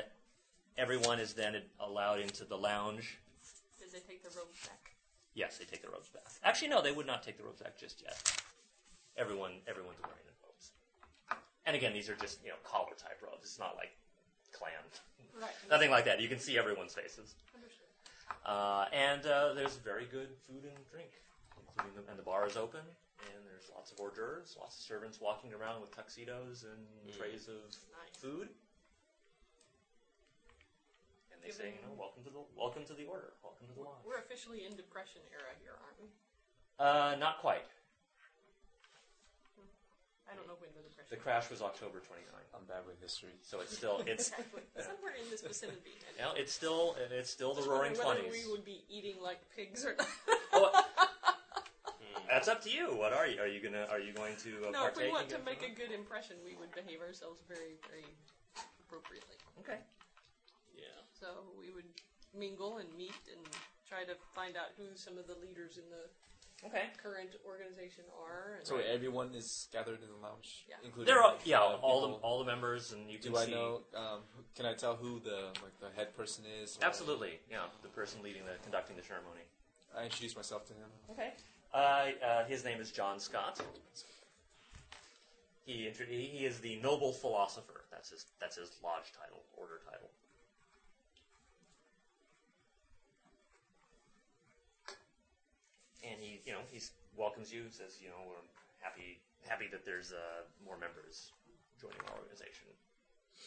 everyone is then allowed into the lounge.
Did they take the robe back?
Yes, they take the robes back. Actually, no, they would not take the robes back just yet. Everyone, everyone's wearing their robes. And again, these are just you know collar type robes. It's not like clan.
Right.
Nothing like that. You can see everyone's faces.
Understood.
Uh, and uh, there's very good food and drink, including the, and the bar is open, and there's lots of hors d'oeuvres, lots of servants walking around with tuxedos and
Mm.
trays of
Nice.
food. And they say, you know, welcome to the welcome to the order, welcome to the lodge.
We're officially in Depression era here, aren't we?
Uh, not quite.
I don't know when the
The
Depression.
crash was October 29,
I'm bad with history.
so it's still it's
exactly. Somewhere in this vicinity.
you know, it's still it's still the
Just
Roaring
wondering whether
Twenties.
we would be eating like pigs or not.
Oh, That's up to you. What are you? Are you gonna? Are you going to? Uh,
no, if
partake
we
in
want to
good
make a
food?
good impression, we would behave ourselves very, very appropriately.
Okay.
Yeah.
So we would mingle and meet and try to find out who some of the leaders in the
Okay.
current organization are. And
So everyone is gathered in the lounge,
Yeah.
including
They're all,
uh,
yeah, all the
people.
all the members, and you can
Do I
see.
know? Um, who- can I tell who the like the head person is? or-
Absolutely, yeah. The person leading the conducting the ceremony.
I introduce myself to him.
Okay. Uh, uh, his name is John Scott. He intro- he he is the noble philosopher. That's his that's his lodge title, order title. And he you know he welcomes you. Says you know we're happy happy that there's uh, more members joining our organization.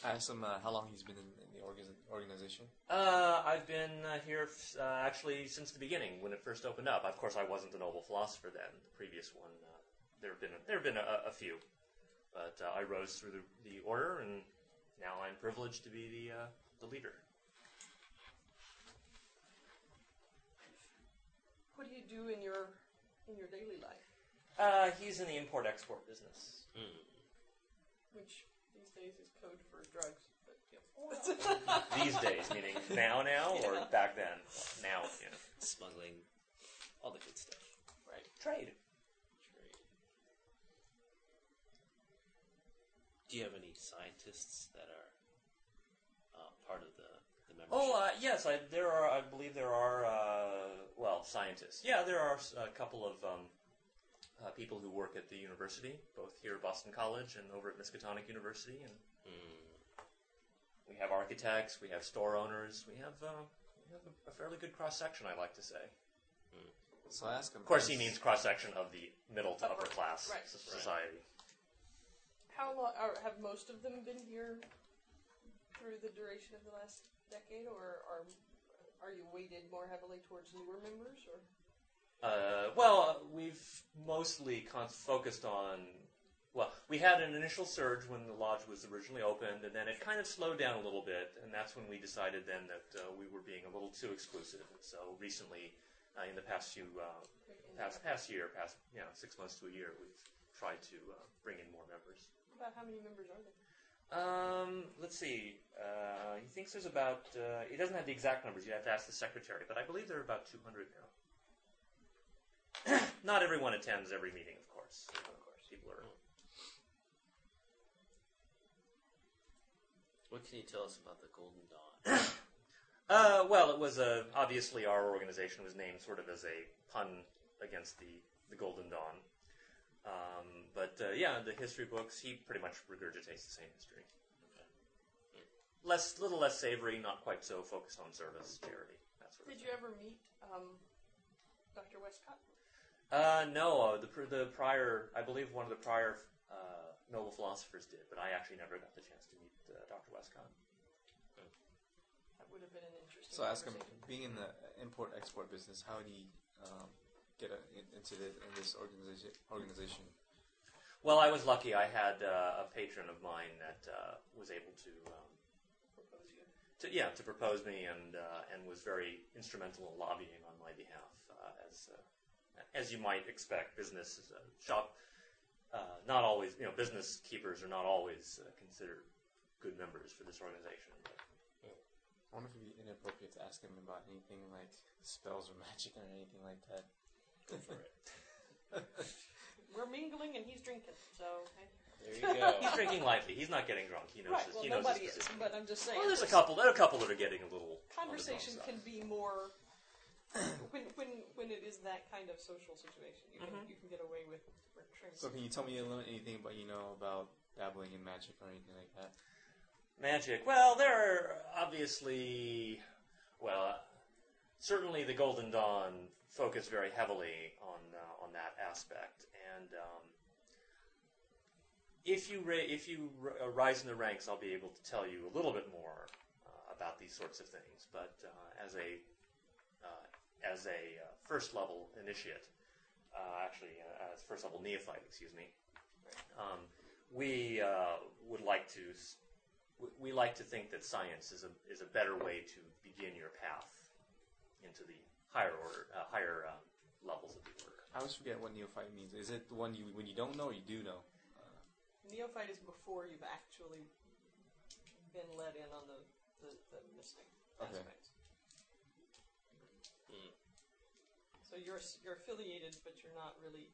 I ask him uh, how long he's been in, in the orga- organization.
Uh, I've been uh, here f- uh, actually since the beginning when it first opened up. Of course, I wasn't the noble philosopher then. The previous one, uh, there have been there have been a, a few, but uh, I rose through the, the order, and now I'm privileged to be the uh, the leader.
what do you do in your in your daily life?
Uh, he's in the import export business.
Mm.
Which these days is code for drugs. But
These days, meaning now, now or
Yeah.
back then, now. You know.
Smuggling, all the good stuff.
right.
Trade.
Trade. Do you have any scientists that are uh, part of the, the membership?
Oh uh, yes, I, there are. I believe there are. Uh, well, scientists. Yeah, there are s- a couple of um, uh, people who work at the university, both here at Boston College and over at Miskatonic University. And
Hmm.
we have architects, we have store owners, we have uh, we have a, a fairly good cross section. I like to say.
So I ask him.
Of course, he means cross section of the middle to upper
Upper,
class
right.
so- society.
How long are, have most of them been here through the duration of the last decade, or are are you weighted more heavily towards newer members, or
Uh, well, uh, we've mostly con- focused on. Well, we had an initial surge when the lodge was originally opened, and then it kind of slowed down a little bit, and that's when we decided then that uh, we were being a little too exclusive. And so recently, uh, in the past few, uh, past past year, past you know, six months to a year, we've tried to uh, bring in more members.
about how many members are there?
Um, let's see. Uh, he thinks there's about. Uh, he doesn't have the exact numbers. You have to ask the secretary, but I believe there are about 200 now. Not everyone attends every meeting, of course. Of course, people are.
What can you tell us about the Golden Dawn?
Uh, well, it was a, obviously our organization was named sort of as a pun against the, the Golden Dawn. Um, but uh, yeah, the history books, he pretty much regurgitates the same history. Less, little less savory, not quite so focused on service, charity, that sort of
Did
thing.
you ever meet um, Dr. Westcott?
Uh, no, uh, the pr- the prior, I believe one of the prior uh, noble philosophers did, but I actually never got the chance to meet uh, Dr. Westcott.
That would have been an interesting.
So I ask him,
conversation.
being in the import export business, how do you um, get uh in, into the, in this organization? Organization.
Well, I was lucky. I had uh, a patron of mine that uh, was able to, um,
Propose you.
to yeah, to propose me and uh, and was very instrumental in lobbying on my behalf, uh, as uh, as you might expect. Business is a shop. Uh, not always, you know, business keepers are not always uh, considered good members for this organization. But
I wonder if it'd be inappropriate to ask him about anything like spells or magic or anything like that.
Go for it.
We're mingling and he's drinking, so. hey.
There you go.
he's drinking lightly. He's not getting drunk. He knows.
Right,
his,
well,
he knows his
nobody is,
position.
but I'm just saying.
Well, there's a
this
couple. There are a couple that are getting a little on the drunk
Conversation
side.
can be more. When, when, when it is that kind of social situation, you, can,
Mm-hmm.
Mhm.
you can get away with with drinks.
So can you tell me a little anything about you know about dabbling in magic or anything like that?
Magic. Well, there are obviously, well, certainly the Golden Dawn focused very heavily on uh, on that aspect, and um, if you ra- if you r- uh, rise in the ranks, I'll be able to tell you a little bit more uh, about these sorts of things. But uh, as a uh, as a uh, first level initiate, uh, actually uh, as first level neophyte, excuse me, um, we uh, would like to s- we- we like to think that science is a is a better way to begin your path into the higher order uh, higher um, levels of the order.
I always forget what neophyte means. Is it the one you when you don't know or you do know?
Neophyte is before you've actually been let in on the, the, the mystic
Okay.
aspect.
Hmm.
So you're s- you're affiliated, but you're not really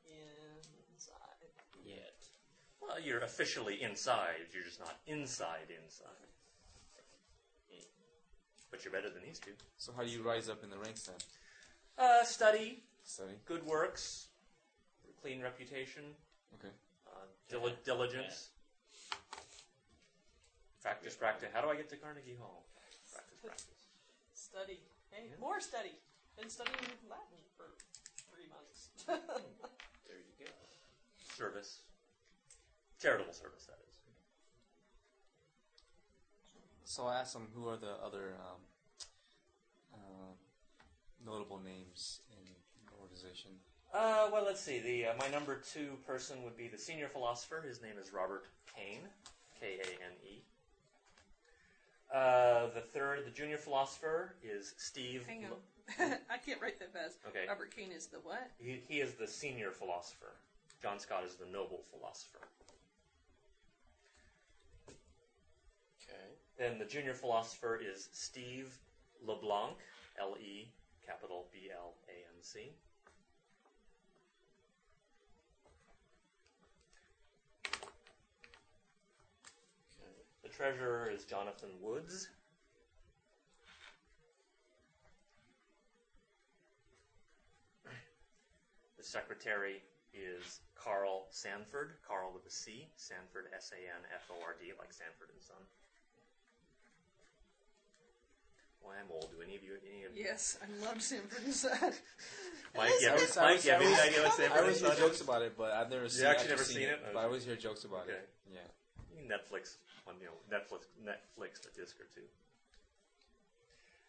inside.
Yet.
Well, you're officially inside. You're just not inside inside. But you're better than these two.
So how do you rise up in the ranks then?
Uh, study,
Study.
good works, clean reputation,
Okay.
uh, dili- diligence. Practice, practice. How do I get to Carnegie Hall? Practice, practice.
Study. Hey,
Yeah.
more study. Been studying Latin for three months.
There you go.
Service. Charitable service, that is.
So I asked them who are the other um, uh, notable names in the organization.
Uh, well, let's see. The uh, my number two person would be the senior philosopher. His name is Robert Kane, K A N E. Uh, the third, the junior philosopher, is Steve.
Hang
Lo-
on. I can't write that fast.
Okay.
Robert Kane is the what?
He, he is the senior philosopher. John Scott is the noble philosopher.
Okay.
Then the junior philosopher is Steve LeBlanc, L E capital B L A N C.
Okay.
The treasurer is Jonathan Woods. The secretary is Carl Sanford, Carl with a C, Sanford S A N F O R D, like Sanford and Son. Boy, I'm old. Do any of you any of
Yes, I love Sanford and Son.
Mike? Yeah,
I was- I
Mike,
was-
you have
I
any
was-
idea what
I
Sanford and
always hear
Son? is?
jokes about it, but I've never seen.
actually
I've
never
seen
seen
it.
it?
But I always hear jokes about it.
Okay.
Yeah.
Netflix on you know, Netflix Netflix a disc or two.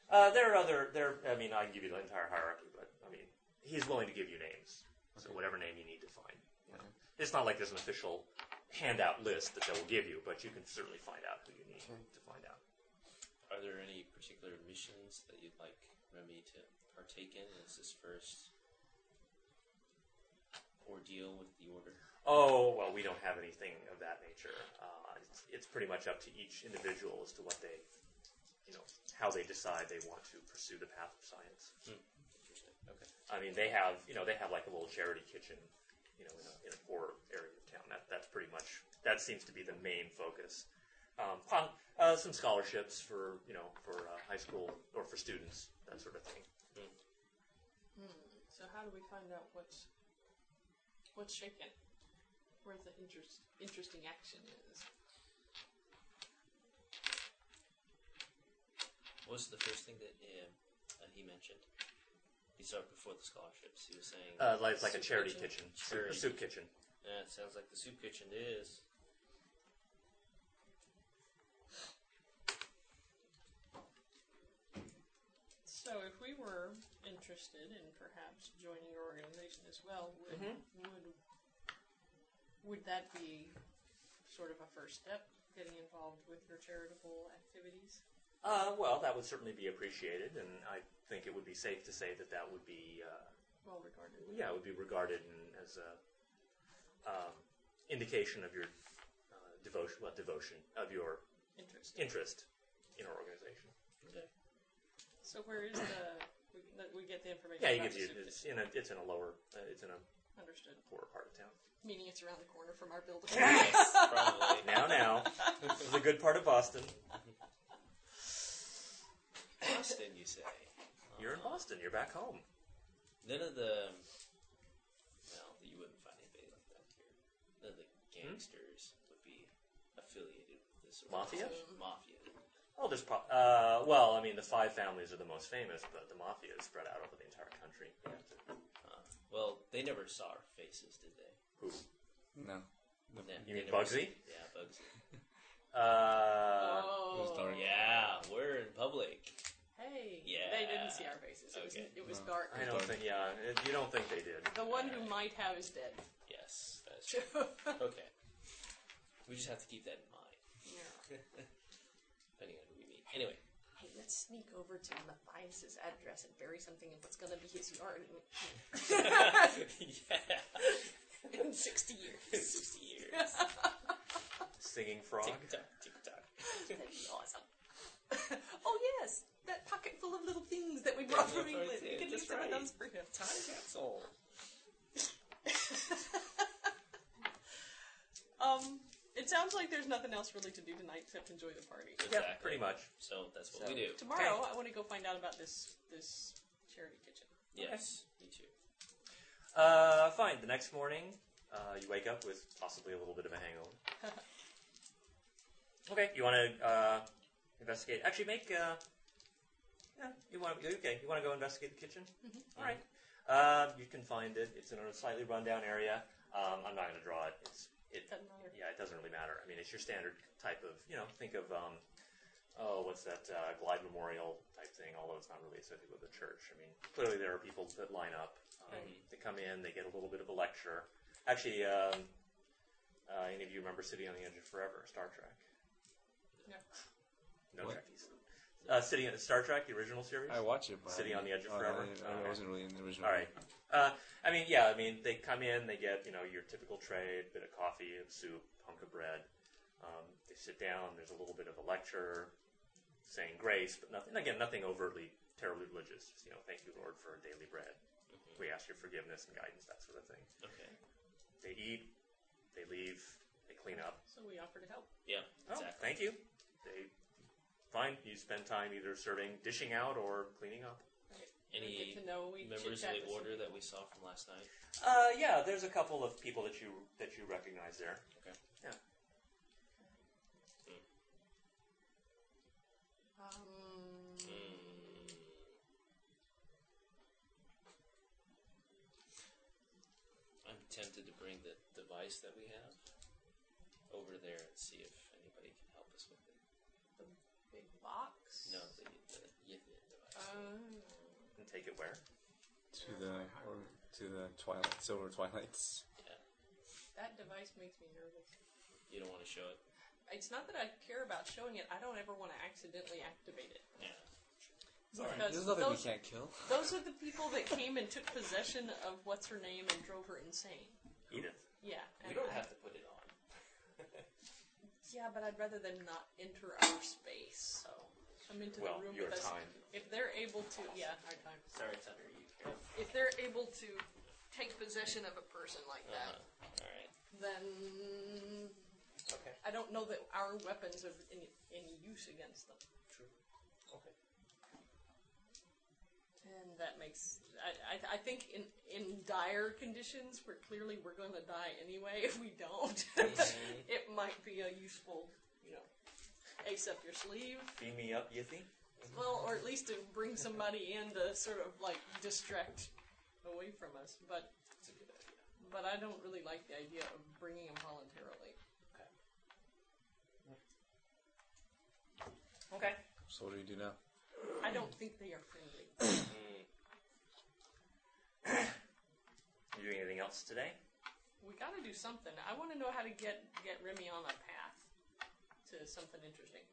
Uh, there are other there. I mean, I can give you the entire hierarchy, but I mean, he's willing to give you names, so
Okay.
whatever name you need to find. You know.
Okay.
It's not like there's an official handout list that they will give you, but you can certainly find out who you need
Okay.
to find out.
Are there any particular missions that you'd like Remy to partake in as his first ordeal with the Order?
Oh well, we don't have anything of that nature. Uh, it's, it's pretty much up to each individual as to what they, you know, how they decide they want to pursue the path of science.
Interesting. Okay.
I mean, they have you know they have like a little charity kitchen, you know, in a, in a poor area of town. That that's pretty much that seems to be the main focus. Um, con- uh, some scholarships for you know for uh, high school or for students that sort of thing.
So how do we find out what's what's shaken? Where the interest, interesting action is?
What was the first thing that um, uh, he mentioned? He started before the scholarships. He was saying.
Uh, like it's like a
Soup
charity
kitchen?
kitchen,
Charity.
a soup kitchen.
Yeah, it sounds like the soup kitchen is.
So if we were interested in perhaps joining your organization as well, would
Mhm.
would would that be sort of a first step, getting involved with your charitable activities?
Uh, well, that would certainly be appreciated, and I think it would be safe to say that that would be uh,
Well regarded.
yeah, it would be regarded in, as a um, indication of your uh, devotion, well, devotion of your
Interesting.
interest in our organization.
So where is the we, that we get the information?
Yeah, he
about
gives
the
you.
soup
It's in a. It's in a lower. Uh, it's in a
kitchen? Understood.
poorer part of town.
Meaning it's around the corner from our building.
Yes, probably.
Now, now, this is a good part of Boston.
Boston, you say?
You're in
Uh,
Boston. You're back home.
None of the. Well, you
Hmm?
wouldn't find anybody like that here. None of the gangsters would be affiliated with this
Mafia?
organization. Mafia.
Oh, there's pro- uh, well, I mean, the five families are the most famous, but the mafia is spread out over the entire country.
Well, they never saw our faces, did they?
No. The-
Yeah,
You
they
mean
never-
Bugsy?
Yeah, Bugsy.
Uh,
oh,
was dark.
Yeah, we're in public.
hey,
Yeah.
they didn't see our faces. It was,
Okay.
it was
No.
dark.
I don't think. Yeah, it- you don't think they did.
The one who might have is dead.
Yes, that's true.
yeah.
Okay. We just have to keep that in mind, depending on who we meet. Anyway,
Hey, let's sneak over to Matthias's address and bury something in what's gonna be his yard
yeah.
in, in 60 years.
60 years.
Singing frog.
Tick tock, tick tock.
That'd be awesome. oh, yes, that pocket full of little things that we brought from
that's
England.
right,
We can
that's
use some of
right.
those for him.
Time capsule.
Um, it sounds like there's nothing else really to do tonight except enjoy the party.
Yeah,
Exactly.
pretty much.
So that's what
So-
we do.
Tomorrow, I want to go find out about this this charity kitchen.
Yes, me too.
Uh, fine. The next morning, uh, you wake up with possibly a little bit of a hangover. okay, you want to uh, investigate? Actually, make. Uh, yeah, you want to? Okay, you want to go investigate the kitchen?
Mm-hmm.
All right. Um, you can find it. It's in a slightly rundown area. Um, I'm not going to draw it. It's it.
Doesn't matter.
Yeah, it doesn't really matter. I mean, it's your standard type of. You know, think of. Um, Oh, what's that uh, Glide Memorial type thing? Although it's not really associated with the church. I mean, clearly there are people that line up. Um, They come in, they get a little bit of a lecture. Actually, um, uh, any of you remember City on the Edge of Forever, Star Trek?
No.
No
What?
Trekkies. Uh, City Star Trek, the original series.
I watch it, but Oh,
City on the Edge of
I- I-
Forever?
I,
Okay.
wasn't really in the original.
All right. Uh, I mean, yeah. I mean, they come in, they get you know your typical tray, bit of coffee, soup, hunk of bread. Um, they sit down. There's a little bit of a lecture, saying grace, but nothing. Again, nothing overtly terribly religious. Just, you know, thank you, Lord, for daily bread. We ask your forgiveness and guidance, that sort of thing.
Okay.
They eat, they leave, they clean up.
So we offer to help.
Yeah,
Oh,
exactly.
thank you. They fine. You spend time either serving, dishing out, or cleaning up.
Any
get to know we
members of
chit-chat
the
with some
order
people.
that we saw from last night?
Uh, yeah, there's a couple of people that you that you recognize there.
Okay.
Yeah.
Um,
Mm. I'm tempted to bring the device that we have over there and see if anybody can help us with it.
big box.
No, the, the Yithid device.
Um,
And take it where?
To the or, to the twilight, silver twilights.
that device makes me nervous.
you don't want to show it?
It's not that I care about showing it. I don't ever want to accidentally activate it.
Yeah.
Because
There's nothing
those,
we can't kill.
those are the people that came and took possession of what's her name and drove her insane.
Edith.
Yeah.
We
and
don't
I-
have to put it on.
Yeah, but I'd rather them not enter our space.
Oh,
Come into
Well,
the room
your
with us.
time.
If they're able to, yeah, our time.
sorry, it's under you. Karen.
If they're able to take possession of a person like that,
Uh-huh. All right.
then
Okay.
I don't know that our weapons are any, any use against them.
True. Okay.
And that makes I, I, I think in in dire conditions where clearly we're going to die anyway if we don't, it might be a useful you know ace up your sleeve.
Beam me up, Yiffy.
Well, or at least to bring somebody in to sort of like distract away from us. But
That's a good idea.
but I don't really like the idea of bringing them voluntarily.
Okay.
So what do we do now?
I don't think they are friendly.
You doing anything else today?
We got to do something. I want to know how to get get Remy on a path to something interesting.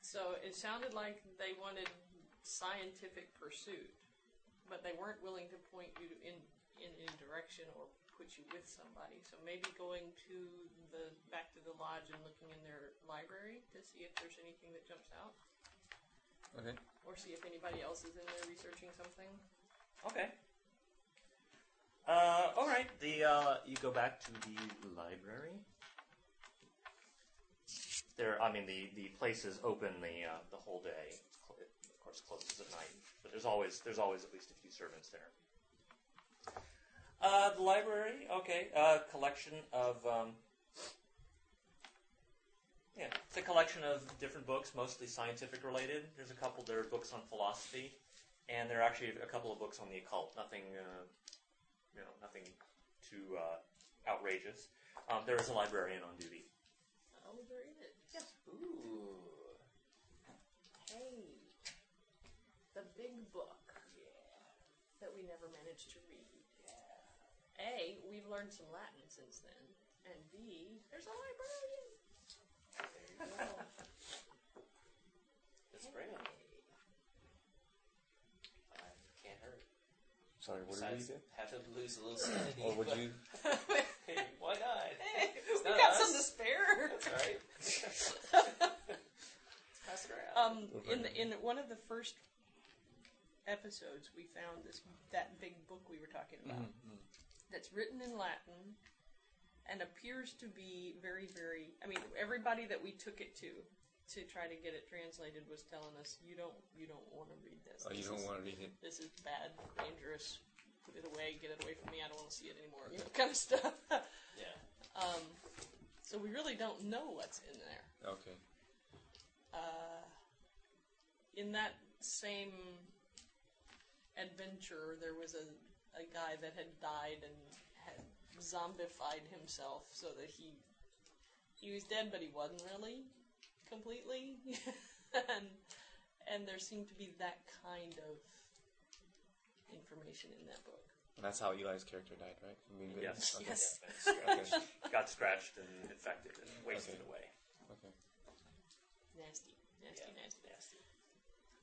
so it sounded like they wanted scientific pursuit, but they weren't willing to point you in in any direction or put you with somebody. So maybe going to the back to the lodge and looking in their library to see if there's anything that jumps out,
Okay.
or see if anybody else is in there researching something.
Okay. Uh, all right. The uh, you go back to the library. There, I mean, the, the place is open the uh, the whole day. Cl- It, of course, closes at night, but there's always there's always at least a few servants there. Uh, the library, okay. Uh, collection of um, Yeah, it's a collection of different books, mostly scientific related. There's a couple. There are books on philosophy, and there are actually a couple of books on the occult. Nothing, uh, you know, nothing too uh, outrageous. Um, there is a librarian on duty.
Oh, there is.
Ooh.
Hey, the big book that we never managed to read. A, we've learned some Latin since then, and B, there's a librarian.
There you go. That's brilliant. Uh, can't hurt.
Sorry, what did you
Besides,
do?
have to lose a little sanity.
Or would
but-
you?
Hey, why not?
Hey, we
not
got
us.
some to spare.
That's all right. Let's pass it around.
Um, in the, in one of the first episodes, we found this that big book we were talking about
Mm-hmm,
that's written in Latin and appears to be very, very. I mean, everybody that we took it to to try to get it translated was telling us, "You don't, you don't want to read this.
Oh, you
this
don't
is,
want to read it.
This is bad, dangerous. Put it away. Get it away from me. I don't want to see it anymore. You know, kind of stuff."
Yeah.
um, so we really don't know what's in there
Okay.
uh, in that same adventure, there was a, a guy that had died and had zombified himself so that he he was dead, but he wasn't really completely. and and there seemed to be that kind of information in that book.
And that's how Eli's character died, right? I mean, they-
Yes.
Okay.
Yes.
Okay.
Got scratched and infected and wasted
Okay.
away.
okay.
Nasty, nasty,
Yeah.
nasty,
Nasty.
nasty.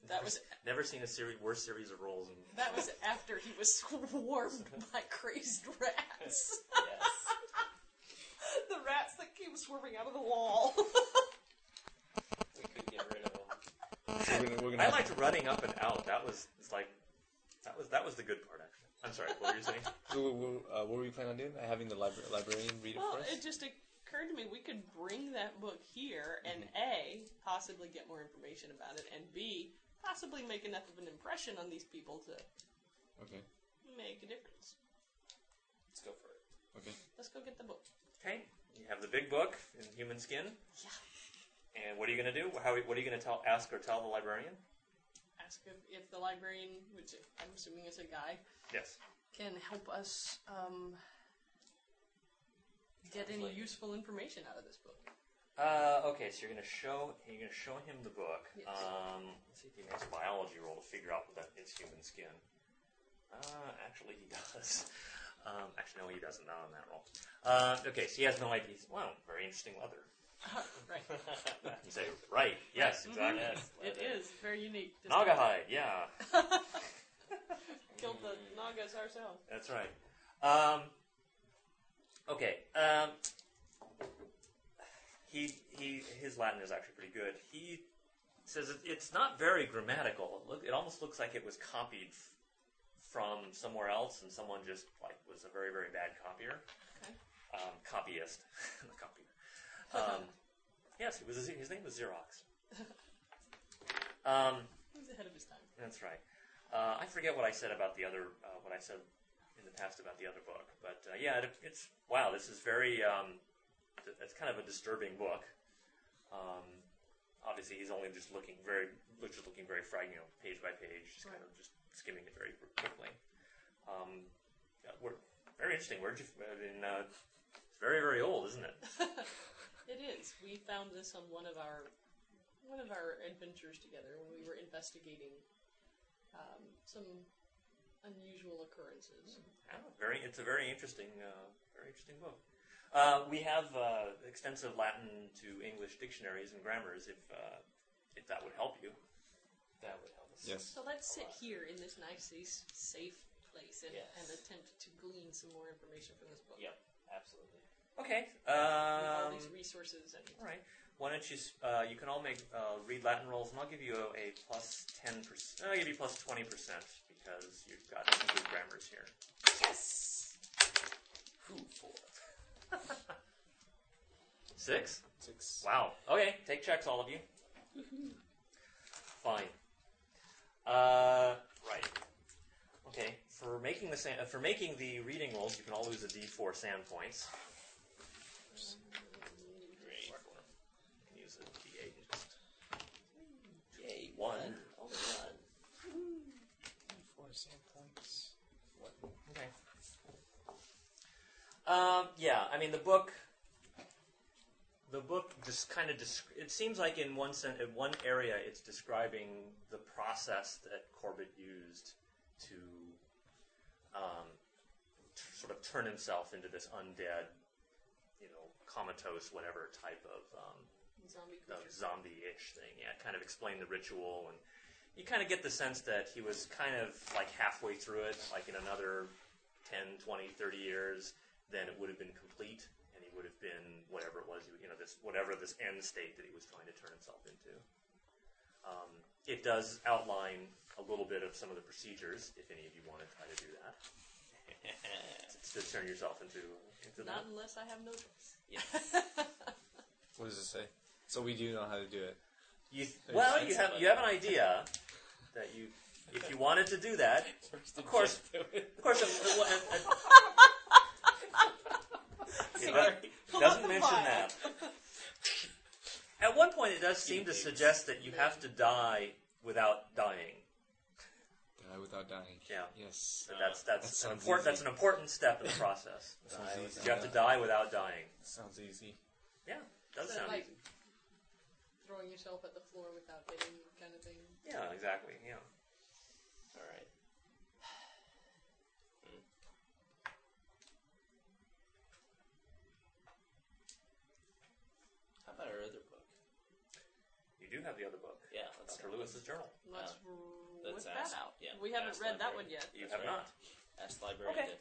That was
Never seen a series worse series of roles. In,
that was after he was swarmed by crazed rats.
Yes.
the rats that came swarming out of the wall.
We could get rid of them.
So we're gonna, we're gonna
I
have-
liked running up and out. That was it's like that was that was the good part. Actually, I'm sorry. What were you saying?
so we- we'll, uh, what were we planning on doing? Having the libra- librarian read it
Well,
for us?
it just occurred to me we could bring that book here and
Mm-hmm.
A, possibly get more information about it, and B, possibly make enough of an impression on these people to
Okay.
make a difference.
Let's go for it.
Okay.
Let's go get the book.
Okay, you have the big book in human skin. Yeah. And what are you going to do? How, what are you going to tell, ask, or tell the librarian?
Ask if, if the librarian, which I'm assuming is a guy,
Yes.
can help us um, get any
Translate.
useful information out of this book.
Uh, okay, so you're going to show you're going to show him the book.
Yes.
Um, let's see if he makes a biology roll to figure out what that is human skin. Uh, actually, he does. Um, actually, no, he doesn't. Not on that roll. Uh, okay, so he has no idea. Wow, very interesting leather.
right. Mm-hmm.
You say, right? Yes, exactly.
yes.
It is very unique.
Naga hide. Yeah.
Killed the Nagas ourselves.
That's right. Um, okay. Um, he he his Latin is actually pretty good. He says it, it's not very grammatical. It, look, it almost looks like it was copied f- from somewhere else, and someone just like was a very very bad copier,
Okay.
um, copyist, not copier. Um, yes, he was. a- His name was Xerox. Um,
He was ahead of his time.
that's right. Uh, I forget what I said about the other, uh, what I said in the past about the other book, but uh, yeah, it, it's wow. This is very. Um, th- it's kind of a disturbing book. Um, obviously, he's only just looking very, just looking very frag, you know, page by page, just kind of just skimming it very quickly. Um, yeah, we're, very interesting. Where'd you? I mean, uh, it's very, very old, isn't it?
It is. We found this on one of our one of our adventures together when we were investigating um, some unusual occurrences.
Yeah, very. It's a very interesting, uh, very interesting book. Uh, we have uh, extensive Latin to English dictionaries and grammars. If uh, if that would help you,
That would help us.
Yes.
So let's sit here in this nice, s- safe place and,
Yes.
and attempt to glean some more information from this book.
Yep. Absolutely.
okay.
With
Um,
all these resources and
all right. Why don't you? s- Uh, you can all make uh, read Latin rolls, and I'll give you a, a plus ten percent. I'll give you plus twenty percent because you've got some good grammars here.
yes.
Who for?
Six.
Six.
Wow. Okay, take checks, all of you. Fine. Uh, right. Okay. For making the sa- uh, for making the reading rolls, you can all lose a D4 sand points.
Great.
You can use Um, yeah, I mean the book. The book just kind of desc- it seems like in one sen- in one area it's describing the process that Corbett used to um, t- sort of turn himself into this undead, you know, comatose whatever type of um,
Zombie
the
creatures.
zombie-ish thing. Yeah, kind of explain the ritual, and you kind of get the sense that he was kind of like halfway through it. Like in another 10, 20, 30 years, then it would have been complete, and he would have been whatever it was. You know, this whatever this end state that he was trying to turn himself into. Um, it does outline a little bit of some of the procedures, if any of you want to try to do that, to turn yourself into into that.
Not unless I have no choice.
What does it say? So we do know how to do it.
You,
It's-
well,
it's
you have you have an idea that you, if you wanted to do that,
of
course. Of course, it, it, it, it,
Sorry.
it doesn't mention that. At one point, it does seem to suggest that you have to die without dying.
Die without dying.
Yeah.
Yes.
So that's that's
That
an
sounds
important
easy.
that's an important step in the process.
Sounds easy.
You have to die without dying.
Sounds easy.
Yeah, does
Is
sound
that like
easy.
throwing yourself at the floor without hitting kind of thing?
Yeah, exactly. Yeah.
All right. Hmm. How about our other book?
You do have the other book,
Yeah, let's
Dr. Lewis's journal.
Let's
Uh,
whip
let's
that
ask-
out.
yeah,
we haven't
ask
read that
library.
one yet.
You
That's
have
right.
not.
Ask the library
Okay.
to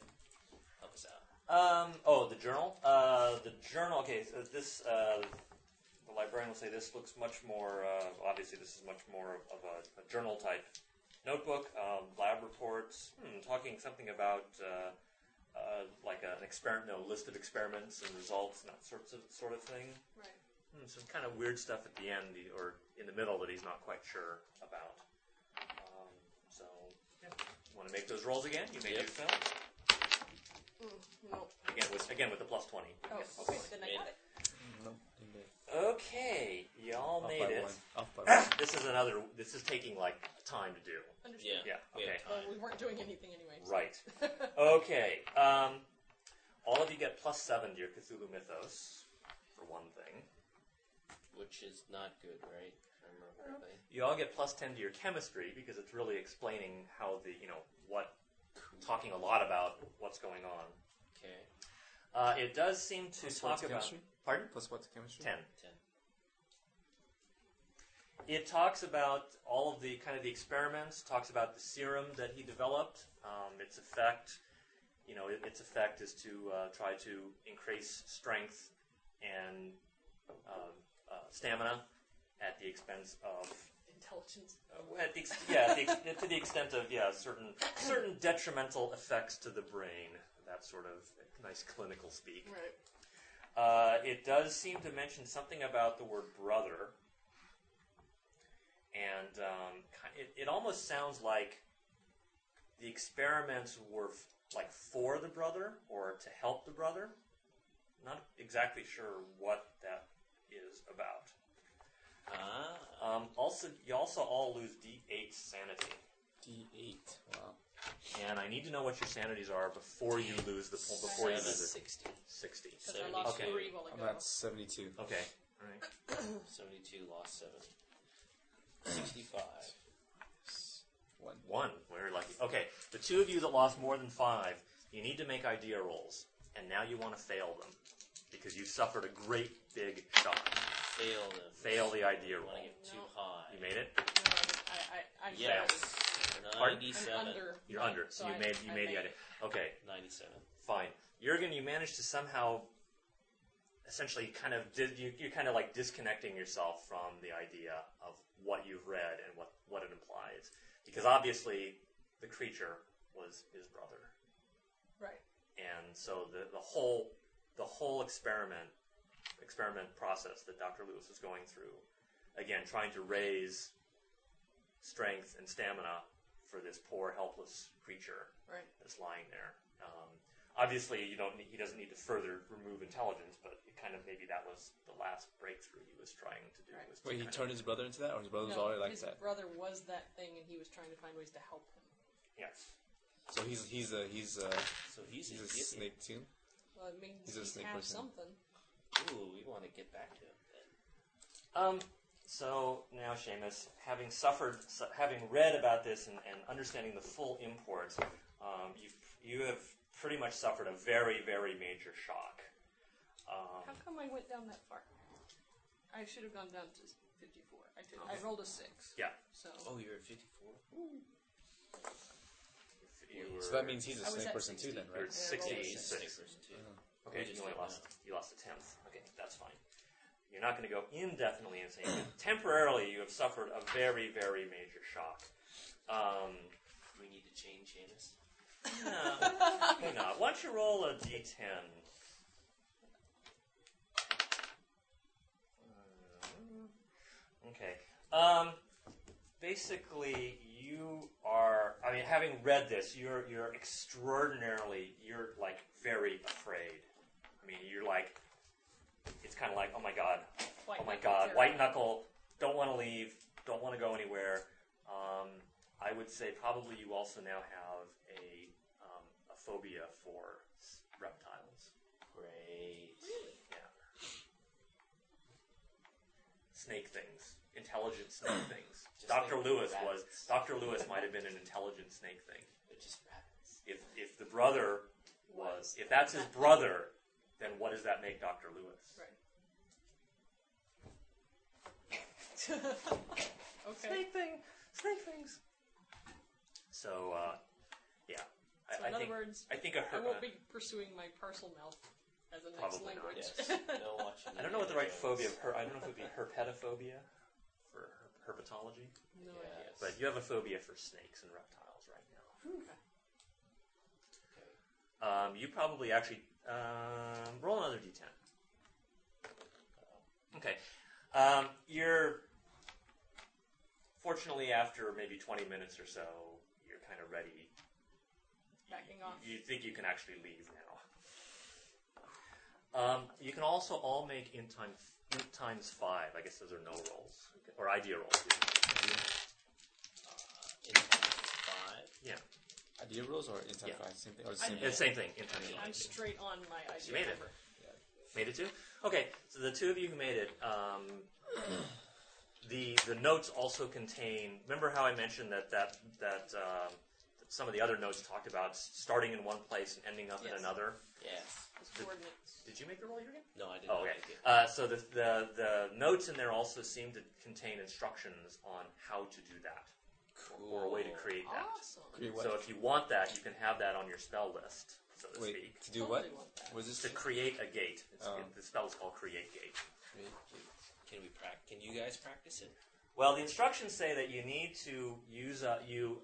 help us out.
Um, oh, the journal. Uh, the journal. Okay, so this uh, the librarian will say this looks much more. Uh, obviously, this is much more of, of a, a journal type notebook. Um, lab reports. Hmm, talking something about uh, uh, like an experiment, no list of experiments and results, and that sorts of sort of thing.
Right.
Hmm, some kind of weird stuff at the end the- or in the middle that he's not quite sure about. Um, so, yeah. want to make those rolls again? You may
Yep.
do so.
Mm, no.
Again with again with the plus twenty.
Oh, okay. Then I got it.
No. didn't do it.
Okay, y'all
Off
made
by
it.
one. Off by one.
This is another. This is taking like time to do.
Understood.
Yeah.
Yeah.
We
Okay.
have
Well,
time.
we weren't doing anything anyway. so-
Right. Okay. Um, all of you get plus seven to your Cthulhu Mythos for one thing.
Which is not good, right? If I remember correctly.
You all get plus ten to your Chemistry because it's really explaining how the you know what talking a lot about what's going on.
Okay.
Uh, it does seem to
Plus
talk
what's
about.
chemistry?
Pardon.
Plus what to chemistry?
Ten.
Ten.
It talks about all of the kind of the experiments. Talks about the serum that he developed, um, its effect. You know, it, its effect is to uh, try to increase strength and uh, uh, stamina at the expense of
Intelligence.
uh, at the ex- yeah at the ex- to the extent of yeah certain certain detrimental effects to the brain. That sort of nice clinical speak.
Right.
Uh, it does seem to mention something about the word brother, and um, ki- it, it almost sounds like the experiments were f- like for the brother or to help the brother. Not exactly sure what that is about.
Ah.
Um, also, you also all lose D8 sanity,
D8. Wow.
and I need to know what your sanities are before you lose the po- before you
Seven.
lose it.
60.
Sixty.
Because I lost
Okay.
three while ago.
I'm at 72.
Okay. All right.
72 lost 7. 65.
One.
One. Very lucky. Okay, the two of you that lost more than five, you need to make idea rolls, and now you want to fail them because you suffered a great big shock.
Fail them.
Fail the idea
Want to
roll.
get too
No.
high.
You made it.
No, I, I, I'm
Yes.
Pardon?
97.
sorry. I'm under.
You're
nine,
under, so you
I-
made you
I
made the idea. Okay,
97.
fine. Jurgen, you managed to somehow, essentially, kind of dis- you, you're kind of like disconnecting yourself from the idea of what you've read and what what it implies, because obviously the creature was his brother.
Right.
and so the, the whole the whole experiment experiment process that Dr. Lewis was going through, again trying to raise strength and stamina for this poor helpless creature
Right.
that's lying there. Um, obviously, you don't need, he doesn't need to further remove intelligence, but it kind of maybe that was the last breakthrough he was trying to do.
Right.
Was to
Wait,
kind
he
of-
turned his brother into that, or his brother was
No,
already like
his
that?
brother was that thing, and he was trying to find ways to help him.
yes.
So he's he's a he's a
So he's,
he's a
a, idiot.
snake too.
Well, it means
He's a
he'd
snake
have
person.
something.
Ooh, we want to get back to him then.
Um, so now, Seamus, having suffered, su- having read about this and, and understanding the full import, um, you've, you have pretty much suffered a very, very major shock.
How
Um,
come I went down that far? I should have gone down to 54. I did. I
Okay.
rolled a 6.
Yeah.
So
Oh, you're at 54?
if you were,
So that means he's a
I was
snake
at
person too,
60.
then,
you're
right?
at
Yeah, roll
66. Okay,
We just
you only
don't
lost, you lost a tenth. Okay, that's fine. You're not going to go indefinitely insane. but Temporarily, you have suffered a very, very major shock. Um,
We need to change Seamus.
yeah, why not? Why don't you roll a d10? Uh, Okay. Um, basically, you are. I mean, having read this, you're you're extraordinarily. You're like very afraid. I mean, you're like. It's kind of like, oh my god,
white
oh my
knuckle
god,
terror.
white knuckle, don't want to leave, don't want to go anywhere. Um, I would say probably you also now have a, um, a phobia for s- reptiles,
Great.
snake things, intelligent snake things.
Just
Dr.
like
Lewis was
rabbits.
Dr. Lewis might have been an intelligent snake thing.
They're just rabbits.
If if the brother was, if that's his brother, then what does that make Dr. Lewis?
Right. okay.
thing, snake things. So uh, yeah, I,
So in
I
other
think
words,
I think a her-
I won't be pursuing my parcel mouth as a next
Probably not.
language.
Yes. No watching.
I don't know what the right
Indiana
phobia of her.
Jones.
I don't know if it would be herpetophobia for her, herpetology,
no
Yeah.
idea.
but you have a phobia for snakes and reptiles right now.
Okay.
Um, you probably actually um, roll another d10. Okay, um, you're fortunately after maybe 20 minutes or so, you're kind of ready.
Backing off.
You think you can actually leave now. Um, you can also all make int times, int times five. I guess those are no rolls or idea rolls. excuse me.
Uh, in five.
Idea rules or inside
Yeah.
five? Same thing. Or the
I
same
mean-
It's same thing. Int times
I'm
five.
straight on my idea.
made it.
number.
Made it too. Okay, so the two of you who made it, um, the the notes also contain. Remember how I mentioned that that that um, some of the other notes talked about s- starting in one place and ending up in
Yes.
another.
Yes.
It's coordinates.
Did you make the roll, Jurgen?
No, I didn't
Oh, okay.
like it.
Uh, so the, the the notes in there also seem to contain instructions on how to do that or a way to
Cool.
create that.
Awesome.
Create what?
So if you want that, you can have that on your spell list, so to
Wait,
speak.
to do what?
Totally want that.
Was this
To create a gate. It's,
Oh.
it- the spell is called Create Gate.
Can we practice? Can you guys practice it?
Well, the instructions say that you need to use a you.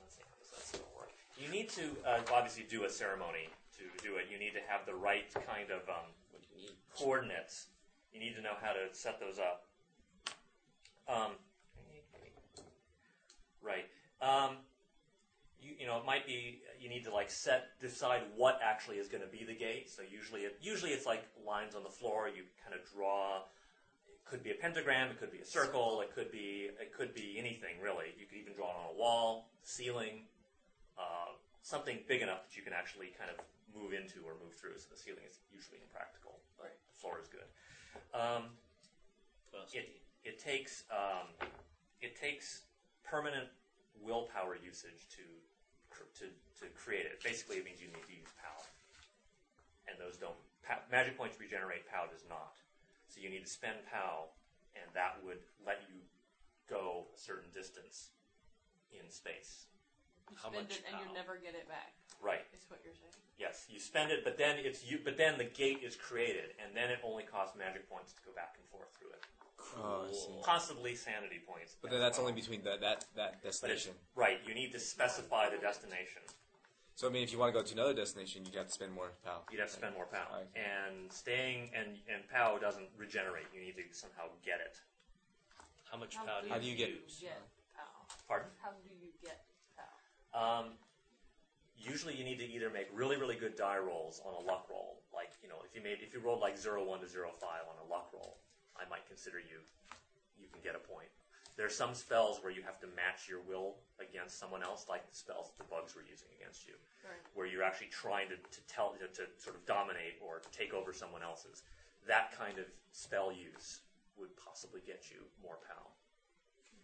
Let's see how this- that's gonna work. You need to uh, obviously do a ceremony to do it. You need to have the right kind of um,
What do you need?
coordinates. You need to know how to set those up. Um, right. Um, you, you know, it might be you need to like set decide what actually is going to be the gate. So usually, it, usually it's like lines on the floor. You kind of draw. It could be a pentagram. It could be a circle. It could be it could be anything really. You could even draw it on a wall, ceiling, uh, something big enough that you can actually kind of move into or move through. So the ceiling is usually impractical, but the floor is good. Um,
What else do
it,
you need?
it takes um, it takes permanent willpower usage to cr- to to create it. Basically, it means you need to use POW, and those don't POW, magic points regenerate. POW does not, so you need to spend POW, and that would let you go a certain distance in space.
You
How
spend
much
it and you
now?
never get it back.
Right.
Is what you're saying.
Yes, you spend it, but then it's you. But then the gate is created, and then it only costs magic points to go back and forth through it.
Oh, I see.
Possibly sanity points.
But then that's
well.
only between that that that
But it's,
destination.
right, you need to specify the destination.
So I mean, if you want to go to another destination, you'd have to spend more power.
You'd have to spend more pow.
Okay.
And staying and and pow doesn't regenerate. You need to somehow get it.
How much power do you,
How do you get-
use?
get pow?
Pardon?
How do you get pow?
Um, usually, you need to either make really really good die rolls on a luck roll. Like you know, if you made if you rolled like 0, 1 to zero five on a luck roll, I might consider you. You can get a point. There's some spells where you have to match your will against someone else, like the spells the bugs were using against you,
Right.
where you're actually trying to, to tell to, to sort of dominate or to take over someone else's. That kind of spell use would possibly get you more pow.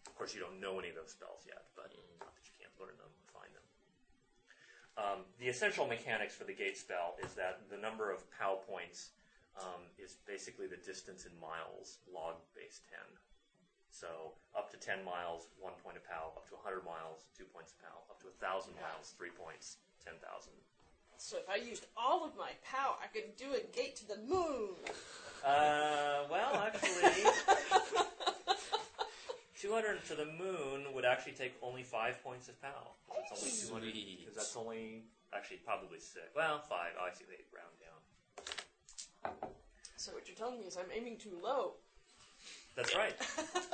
Of course, you don't know any of those spells yet, but not that you can't learn them and find them. Um, the essential mechanics for the gate spell is that the number of POW points um, is basically the distance in miles, log base 10. So up to 10 miles, 1 point of POW, up to 100 miles, 2 points of POW, up to 1,000 miles, 3 points, 10,000.
So if I used all of my pow, I could do a gate to the moon.
Uh, well, actually, 200 to the moon would actually take only 5 points of POW. That's only 200,
Sweet.
because that's only, actually, probably 6. Well, 5. Oh, I see they round down.
So what you're telling me is I'm aiming too low.
That's right.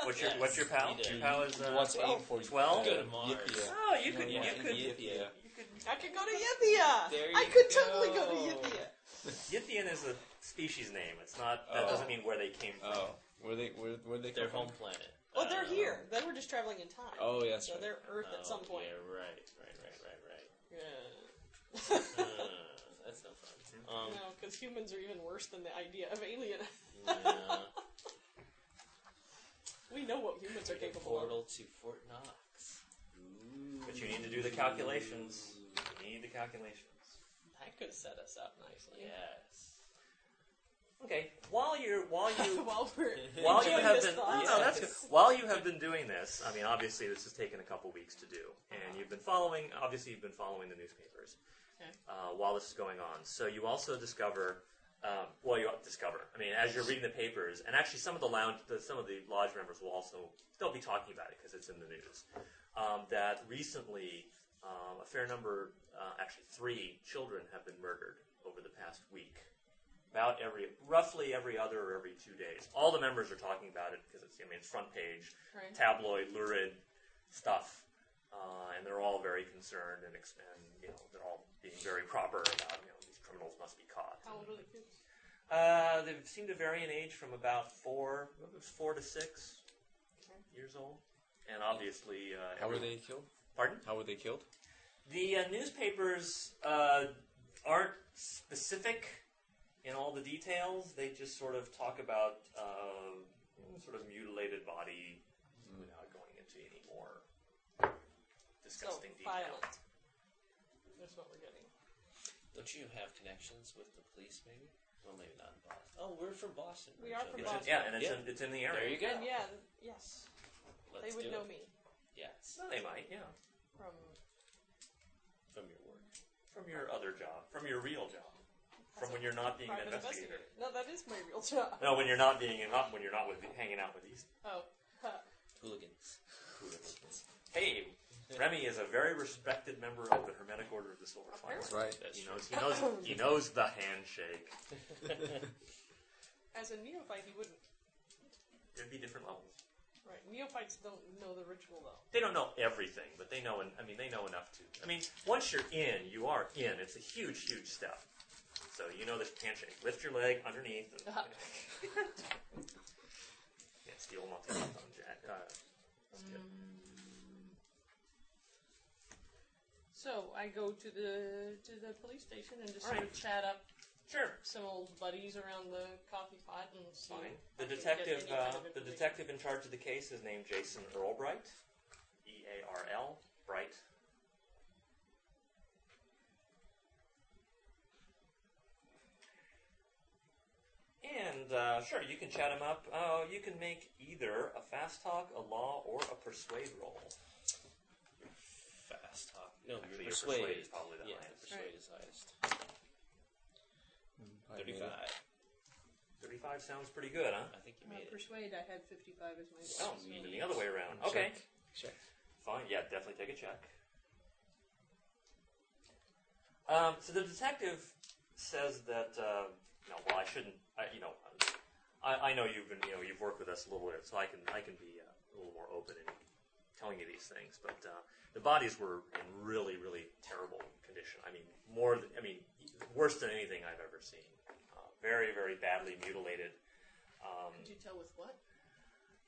What's your
Yes,
what's your pal?
you do.
Your pal is uh,
What's aim
twelve.
for you?
Twelve?
Go to
Good.
Mars.
Yippee.
Oh, you could
Yeah.
you could
Yippee.
you could
I could go to Yippia.
There
I
you
could totally go to
go.
Yippia.
Yithian is a species name. It's not that
Oh.
doesn't mean where they came from.
Oh, where they where where they
Their
come
home
from?
planet.
Well, Oh, they're
Um,
here. They were just traveling in time.
Oh, yes.
so
right.
they're Earth at some
oh,
point.
Yeah, right, right, right, right, right.
Yeah.
Uh, that's no fun.
Mm-hmm.
Um,
no, because humans are even worse than the idea of alien.
yeah.
we know what humans are
Create a
capable of.
portal to Fort Knox.
But you need to do the calculations. You need the calculations.
That could set us up nicely.
Yes.
Okay. While you're while you
While we're
while you
Enjoying
have
this
been
thought.
no, no, that's good. while you have been doing this, I mean, obviously this has taken a couple weeks to do, and you've been following. Obviously, you've been following the newspapers
Okay.
uh, while this is going on. So you also discover. Um, well, you discover. I mean, as you're reading the papers, and actually, some of the lounge, the, some of the lodge members will also they'll be talking about it because it's in the news. Um, that recently, um, a fair number, uh, actually three children, have been murdered over the past week about every roughly every other or every two days. All the members are talking about it because it's I mean it's front page,
Right.
tabloid, lurid stuff, uh, and they're all very concerned and, ex- and you know they're all being very proper about you know these criminals must be caught.
How old are the kids?
Uh, they seem to vary in age from about four, I think it was four to six years old, and obviously uh,
How were
every-
they killed?
Pardon.
How were they killed?
The uh, newspapers uh, aren't specific in all the details. They just sort of talk about uh, sort of mutilated body without going into any more
So
disgusting detail.
violent. That's what we're getting.
Don't you have connections with the police, maybe? Well, maybe not in Boston. Oh, we're from Boston.
We
We're
are from
It's
joking.
in,
Boston.
yeah, and it's,
Yeah.
In, it's in the
There
area.
you go.
And yeah, yes,
Let's
they would
do
know
it.
me
Yes.
No, they might, yeah.
from
From your work.
From your other job, from your real job, from
As a
when you're not being an
private
investigator.
investigator. No, that is my real job.
No, when you're not being not when you're not with hanging out with these.
Oh, huh.
Hooligans.
Hey, Remy is a very respected member of the Hermetic Order of the Silver Flame.
Apparently.
Right.
That's
He
true.
knows. He knows. he knows the handshake.
as a neophyte, he wouldn't.
There'd be different levels.
Right, neophytes don't know the ritual though.
They don't know everything, but they know. En- I mean, they know enough to. I mean, once you're in, you are in. It's a huge, huge step. So you know this handshake. Lift your leg underneath. And, yeah, steal not the left on Jack. Uh, skip.
So I go to the to the police station and just sort
Right.
of chat up
Sure.
some old buddies around the coffee pot and see.
Fine.
if
The
I can get
detective,
any
uh,
kind of
the
information.
detective in charge of the case is named Jason Earlbright, E A R L Bright. And uh, sure, you can chat him up. Uh, you can make either a fast talk, a law, or a persuade roll.
Fast talk. No,
Actually,
you're
your
persuaded.
persuade is probably the
yeah,
highest.
persuade is highest.
I made it.
35.
Thirty-five sounds pretty good, huh?
I think you
Uh,
made it.
persuade. I had fifty-five as my.
Oh,
so-
even the other way around. Okay.
Check.
Fine, yeah, definitely take a check. Um, so the detective says that, uh, no, well, I shouldn't, I, you know, I, I know you've been, you know, you've worked with us a little bit, so I can, I can be uh, a little more open in telling you these things. But uh, the bodies were in really, really terrible condition. I mean, more, than, I mean, worse than anything I've ever seen. Uh, very, very badly mutilated. Um,
Could you tell with what?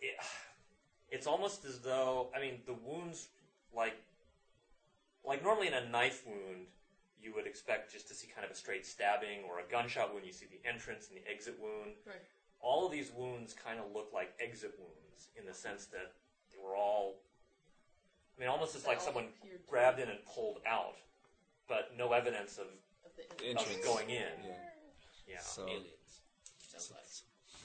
it, it's almost as though I mean the wounds like like normally in a knife wound you would expect just to see kind of a straight stabbing or a gunshot wound you see the entrance and the exit wound
Right.
all of these wounds kind of look like exit wounds in the sense that they were all I mean almost it's like someone grabbed in and pulled out but no evidence of,
Of the
of
Entrance.
going in
Yeah.
yeah
So,
Aliens. Sounds like.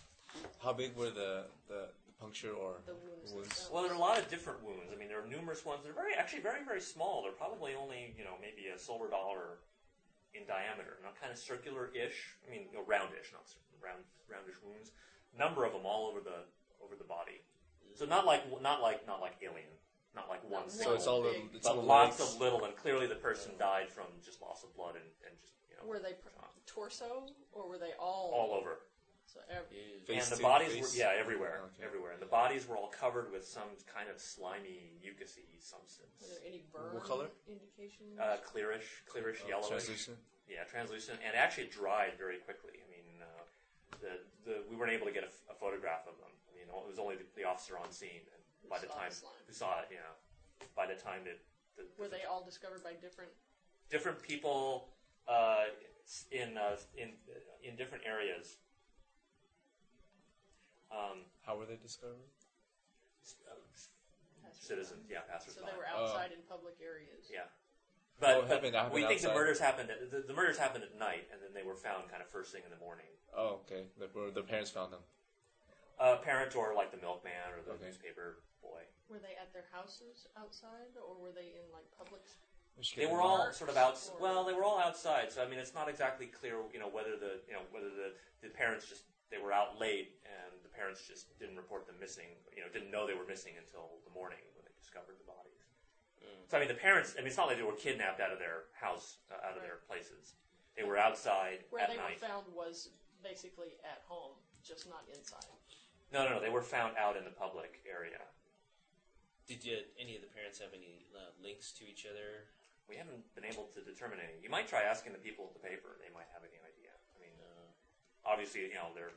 how big were the, the, the puncture or
The wounds
wounds?
themselves.
Well, there are a lot of different wounds. I mean, there are numerous ones. They're very, actually, very, very small. They're probably only, you know, maybe a silver dollar in diameter. Not kind of circular-ish. I mean, no, roundish, not cir- round, roundish wounds. Number of them all over the over the body. So not like not like not like alien. Not like one
Not
single.
So it's all the
Big.
it's all
but
the
lots
legs.
of little, and clearly the person died from just loss of blood and, and just you know
Were they pr- torso or were they all?
all over.
So every,
Ew.
and
Face
the
to
bodies were
face?
yeah everywhere,
Okay.
everywhere, and the bodies were all covered with some kind of slimy mucousy substance.
were there any burn
What color?
indications?
Uh, clearish, clearish
Oh,
yellowish.
translucent.
Yeah, translucent, and actually dried very quickly. I mean, uh, the, the we weren't able to get a, f- a photograph of them. I mean, it was only the, the officer on scene, and
Who
by the
saw
time
the slime.
who saw it, yeah, by the time that the,
were they all discovered by different?
different people uh, in uh, in in different areas. Um,
How were they discovered?
s- uh, citizens, yeah,
So
passersby.
they were outside in public areas.
Yeah. But,
Oh, it happened- it
but
happened
we think the
outside.
murders happened. At, the, the murders happened at night, and then they were found kind of first thing in the morning.
Oh, okay. The, where their parents found them.
A uh, parent or like the milkman or the
Okay.
newspaper boy.
Were they at their houses outside, or were they in like public?
Which
They
could
were
be-
all
marks
sort of out.
or-
Well, they were all outside. So I mean, it's not exactly clear, you know, whether the you know whether the, the parents just they were out late and the parents just didn't report them missing. You know, didn't know they were missing until the morning when they discovered the bodies. So I mean, the parents. I mean, it's not like they were kidnapped out of their house, uh, out of their places. They were outside
Where
at
they
night.
were found was basically at home, just not inside.
No, no, no. They were found out in the public area.
Did you, any of the parents have any uh, links to each other?
We haven't been able to determine any. You might try asking the people at the paper. They might have any idea. I mean,
Uh,
obviously, you know, they're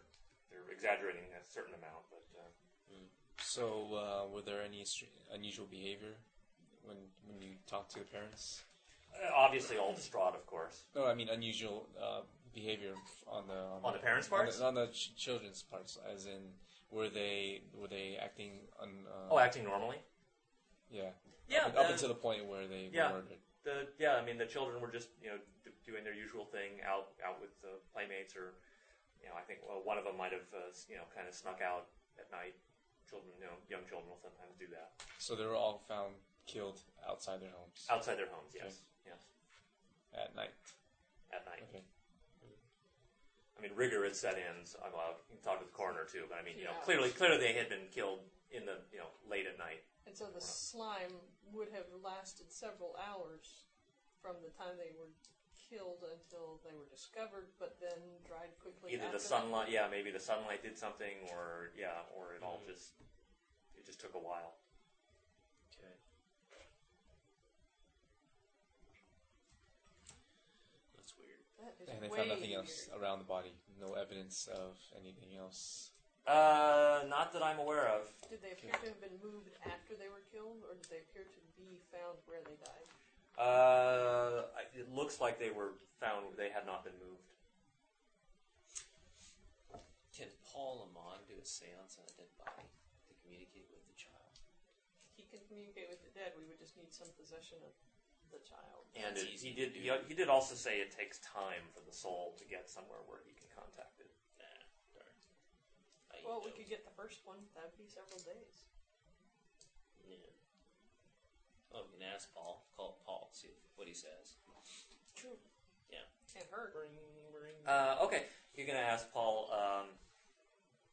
they're exaggerating a certain amount, but uh,
So, uh, were there any str- unusual behavior when when you talked to the parents?
uh, obviously, all distraught, of course.
No, I mean unusual uh, behavior on the on,
On the parents' parts?
on the, on the ch- children's parts, as in were they were they acting on? Uh,
Oh, acting normally.
yeah,
Yeah,
up, up
the-
until the point where they
yeah.
were murdered.
the yeah, I mean, the children were just you know d- doing their usual thing out out with the playmates, or you know, I think well, one of them might have uh, s- you know kind of snuck out at night. Children, you know, young children will sometimes do that
So they were all found killed outside their homes
outside their homes.
Okay.
Yes, yes,
at night.
at night.
Okay.
I mean, rigor had set in. So, well, you can talk to the coroner too, but I mean, you know,
Yeah.
clearly, clearly they had been killed in the you know late at night.
And so the slime would have lasted several hours from the time they were killed until they were discovered, but then dried quickly.
Either
after
the sunlight, yeah, maybe the sunlight did something, or yeah, or it all
Mhm.
just it just took a while.
okay. That's weird.
That is
And they
way
found nothing else
weird.
around the body. No evidence of anything else.
Uh, not that I'm aware of.
Did they appear to have been moved after they were killed, or did they appear to be found where they died?
Uh, I- it looks like they were found; they had not been moved.
Can Paul Lamont do a seance on a dead body to communicate with the child?
He can communicate with the dead. We would just need some possession of the child.
And
That's
it,
easy
he
to
did.
do.
He, he did also say it takes time for the soul to get somewhere where he can contact it.
Nah, darn. I
Well, we
don't-
could get the first one. That would be several days.
Yeah. Oh, we can ask Paul. Call Paul, see what he says.
True.
Yeah.
Can't hurt.
Ring, ring.
Uh, okay, you're gonna ask Paul. Um,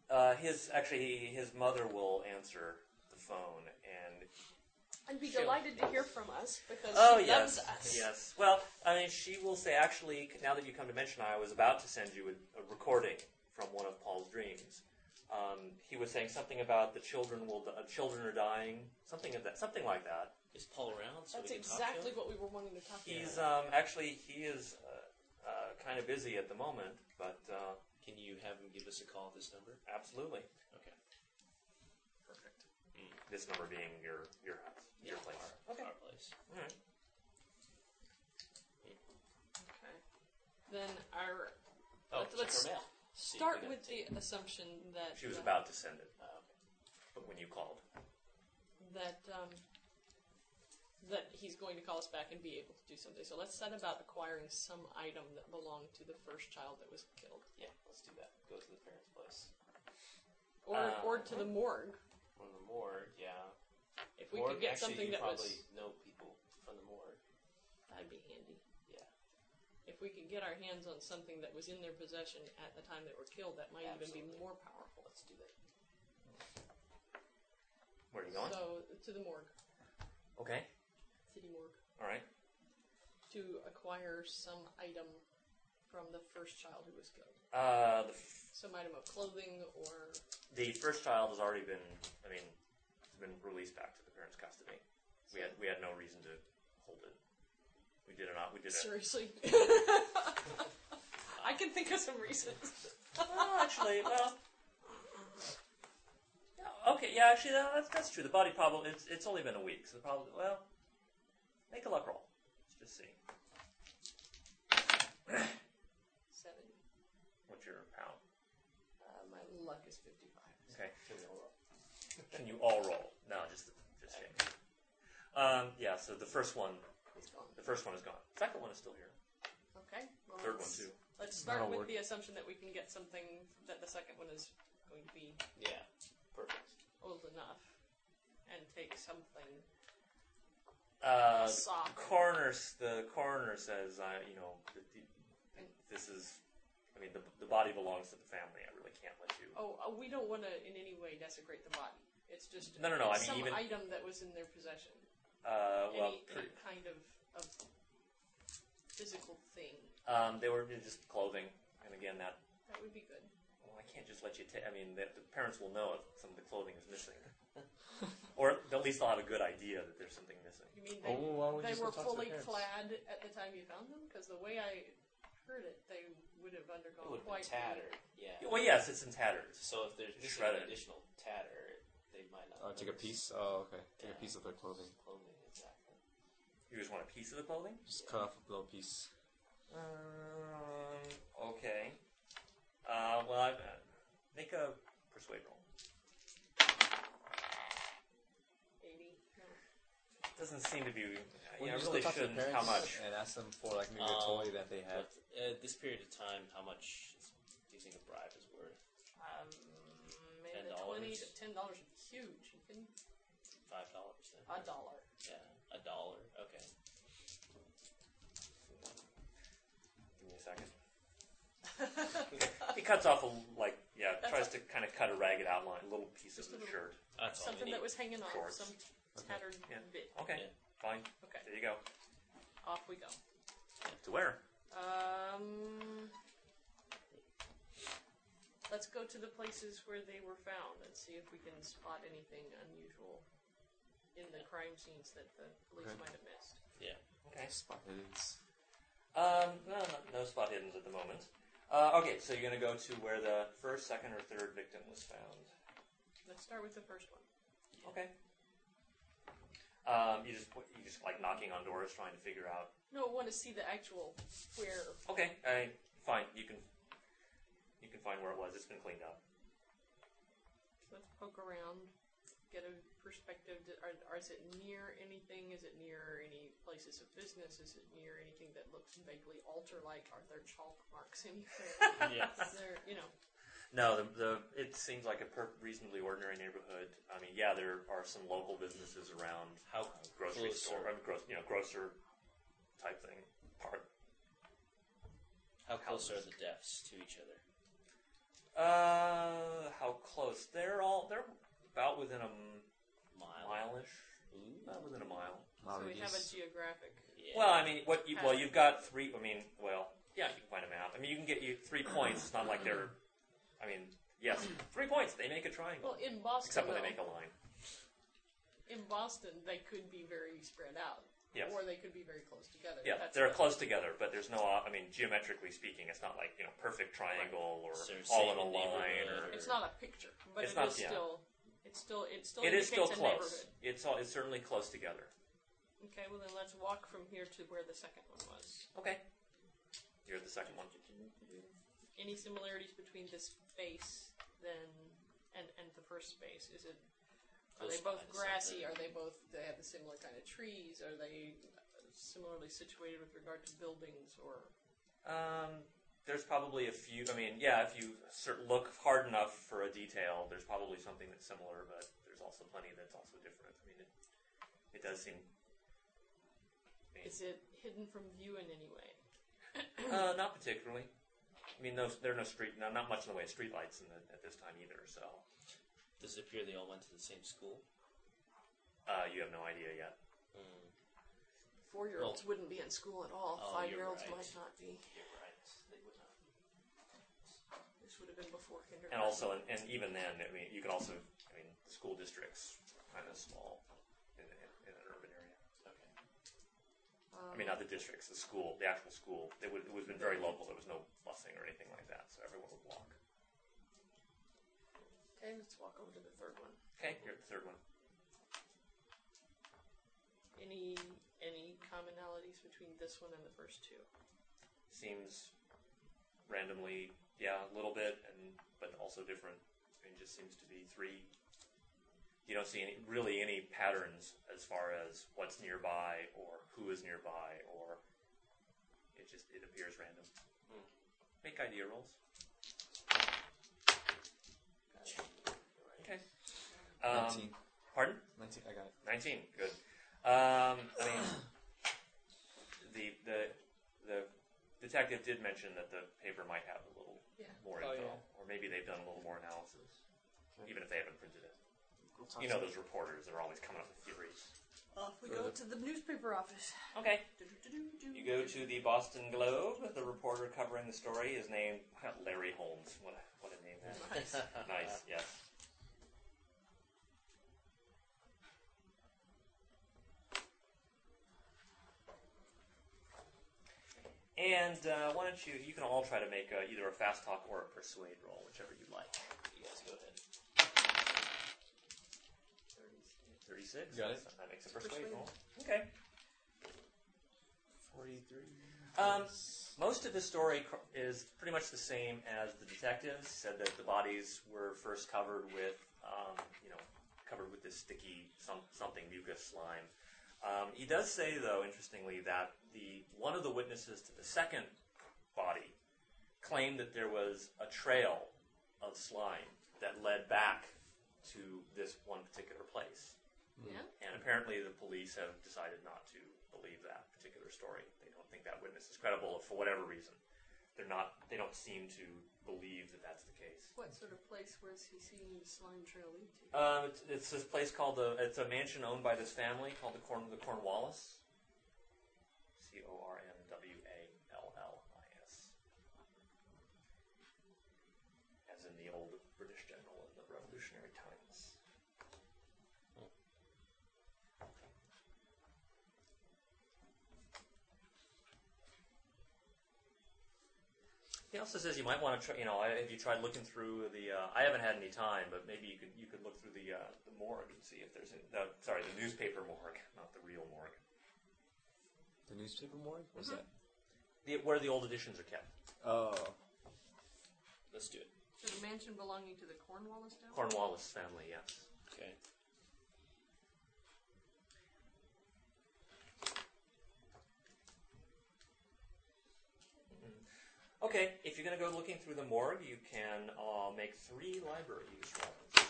uh, his actually, his mother will answer the phone, and
I'd be
Sure.
delighted to hear from us because
oh
she
yes,
loves us.
yes. Well, I mean, she will say actually. Now that you come to mention, it, I was about to send you a, a recording from one of Paul's dreams. Um, he was saying something about the children will, uh, children are dying, something of that, something like that.
Is Paul around so
That's
we can talk to
exactly
him?
what we were wanting to talk
He's
about.
um, actually he is uh, uh, kind of busy at the moment, but uh,
Can you have him give us a call at this number?
absolutely.
Okay. Perfect.
This number being your your house, your
Yeah.
place.
Okay. Our place.
All right.
uh,
Okay. Then our
Oh,
Let's- let's-
check her mail. See if
start
we
with
got
the assumption that
She was
uh,
about to send it
it. Oh, okay.
when you called.
that um, that he's going to call us back and be able to do something. So let's set about acquiring some item that belonged to the first child that was killed,
Yeah, let's do that. Go to the parents' place.
or
Uh,
or to the morgue
From the morgue, yeah.
if we
Morgue,
could get
actually,
something
you
that
probably
was
know people from the morgue.
that'd be handy.
Yeah.
If we could get our hands on something that was in their possession at the time they were killed, that might even
Absolutely.
be more powerful.
Let's do that.
Where are you going?
So to the morgue,
okay.
city morgue,
All right.
to acquire some item from the first child who was killed.
Uh, the, f-
Some item of clothing or
the first child has already been. I mean, been released back to the parents' custody. We had we had no reason to hold it. We did not. We did it.
Seriously. I can think of some reasons.
Well, Oh, actually, well. Yeah, Okay, yeah, actually, that, that's, that's true. The body problem, it's, it's only been a week, so the problem, well, make a luck roll. Let's just see.
Seven.
What's your pound?
Uh, my luck is 55.
Okay.
Can we roll?
Can you all roll? No, just, just him. Um, yeah, so the first one,
It's gone.
the first one is gone. Second one is still here.
Okay. Well,
Third one,
let's-
too.
Let's start with
That'll work.
the assumption that we can get something that the second one is going to be
Yeah. Perfect.
old enough and take something.
Uh,
A sock.
The coroner, s- the coroner says, I, you know, that the, this is, I mean, the, the body belongs to the family. I really can't let you.
Oh, uh, we don't want to in any way desecrate the body. It's just
No, no, no, I
it's
mean,
some
even-
item that was in their possession.
Uh, well,
any,
pretty,
any kind of, of physical thing.
Um, they were just clothing, and again, that
That would be good.
well, I can't just let you take. I mean, the, the parents will know if some of the clothing is missing, or at least they'll have a good idea that there's something missing.
You mean they,
Oh, why don't we
they
just
were
go talk to the
fully
parents?
clad at the time you found them? Because the way I heard it, they would have
It
undergone
would have
quite
been tattered. Yeah.
Well, yes, it's in tatters.
So if there's missing
Shredded.
an additional tatter, they might not.
Oh, take a piece.
notice.
Oh, okay. Take a piece of their clothing.
Clothing, exactly.
You just want a piece of the clothing?
Just cut off a little piece.
Um, okay. Uh, well, I've, uh, make a persuade roll.
80. No.
Doesn't seem to be. yeah,
Well,
I
you just
really
go talk to the
shouldn't. How
parents
much?
And ask them for like maybe
Um,
a toy that they have.
But uh, this period of time, how much is- do you think a bribe is worth?
Um, maybe
Ten
the 20
dollars?
to $10 dollars is huge. You can,
Five dollars then.
a dollar.
Yeah, a dollar. Okay.
Give me a second. He cuts off a like yeah,
That's
tries to kind of cut a ragged outline, a little piece
Just a
of the
little-
shirt.
That's all
Something
we
that
need.
was hanging off,
Shorts.
some tattered
Yeah.
bit.
Okay,
Yeah.
fine.
Okay,
There you go.
off we go.
To where?
Um, let's go to the places where they were found and see if we can spot anything unusual in the crime scenes that the police
Okay.
might have missed.
Okay.
Spot hiddens.
Um, no, no, no spot hidden at the moment. Uh, okay, so you're gonna go to where the first, second, or third victim was found.
Let's start with the first one.
Okay. Um, you just you just like knocking on doors, trying to figure out.
No, I want to see the actual where.
Okay, I fine. You can you can find where it was. It's been cleaned up.
Let's poke around, get a perspective. to- Are, are, is it near anything? Is it near any places of business? Is it near anything that looks vaguely altar-like? Are there chalk marks anywhere? Is there, you know,
No, the, the it seems like a per- reasonably ordinary neighborhood. I mean, yeah, there are some local businesses around
How
grocery
close
store,
are,
I mean, gross, you know, grocer type thing. Park.
how close are the deaths to each other?
Uh, how close? They're all they're about within a m-
Mile.
mileish,
Ooh.
about within a mile.
so we have a geographic.
Yeah.
Well, I mean, what? You, well, you've got three. I mean, well, yeah, you can find a map. I mean, you can get you three points. It's not like they're. I mean, yes, three points. They make a triangle,
Well, in Boston,
except when they make
though,
a line.
in Boston, they could be very spread out,
Yes.
or they could be very close together.
Yeah,
That's
they're
what-
close together, but there's no. uh, I mean, geometrically speaking, it's not like you know perfect triangle or
So
all in a
same
line.
neighborhood.
Or
It's not a picture, but
It's
it
not-
is
yeah.
still It's still it's still
It is still
indicates a
close.
neighborhood.
It's all, it's certainly close together.
Okay, well then let's walk from here to where the second one was.
Okay. You're the second one.
Any similarities between this space then and and the first space? Is it are
Close
they both
by to
grassy?
something.
Are they both do they have the similar kind of trees? Are they similarly situated with regard to buildings or
Um, there's probably a few. I mean, yeah, if you cer- look hard enough for a detail, there's probably something that's similar, but there's also plenty that's also different. I mean, it, it does seem
is it hidden from view in any way?
uh, not particularly. I mean, those, there are no street, no, not much in the way of streetlights in the, at this time either. So
Does it appear they all went to the same school?
uh, you have no idea yet.
Mm,
Four year olds wouldn't be in school at all.
Oh,
Five
you're
year olds
right.
might not be.
you're right. They would not.
This would have been before kindergarten.
And also, and, and even then, I mean, you can also, I mean, the school districts kind of small in, in, in an urban area.
Okay.
I
Um,
mean, not the districts, the school, the actual school. It would, it would have been very local. There was no busing or anything like that, so everyone would walk.
Okay, let's walk over to the third one.
Okay, you're at the third one.
Any any commonalities between this one and the first two?
Seems randomly, yeah, a little bit, and but also different. I mean, just seems to be three. You don't see any, really any patterns as far as what's nearby or who is nearby, or it just it appears random.
Hmm.
Make idea rolls. Okay. Um,
19.
pardon?
19. I got it.
19. Good. Um, I mean, the, the the detective did mention that the paper might have a little
Yeah.
more
Oh,
info,
yeah.
or maybe they've done a little more analysis,
Okay.
even if they haven't printed it.
We'll talk
You know
to-
those reporters that are always coming up with theories.
Off we
go
to the newspaper office.
Okay. You go to the Boston Globe. The reporter covering the story is named Larry Holmes. What a, what a name that is.
Nice.
Nice, yes. And uh, why don't you? You can all try to make uh either a fast talk or a persuade roll, whichever you like.
You guys go ahead.
Thirty-six.
Got it.
That makes a persuade,
Persuade.
roll. Okay.
43.
Um, most of the story cr- is pretty much the same as the detectives said that the bodies were first covered with, um, you know, covered with this sticky some, something mucus slime. Um, he does say, though, interestingly, that the one of the witnesses to the second body claimed that there was a trail of slime that led back to this one particular place.
Yeah.
And apparently, the police have decided not to believe that particular story. They don't think that witness is credible for whatever reason. They're not. They don't seem to believe that that's the case.
What sort of place was he seeing the slime trail lead to?
Um, it's, it's this place called the. It's a mansion owned by this family called the Corn the Cornwallis. C O R N W A L L I S. As in the old British general in the Revolutionary times. He also says you might want to try. You know, I- have you tried looking through the? Uh, I haven't had any time, but maybe you could you could look through the uh, the morgue and see if there's any, the, sorry the newspaper morgue, not the real morgue.
The newspaper morgue? What's that?
The, where the old editions are kept.
Oh.
Let's do it.
So the mansion belonging to the Cornwallis now?
Cornwallis family, yes.
Okay.
Okay, if you're gonna go looking through the morgue, you can uh, make three library use rolls.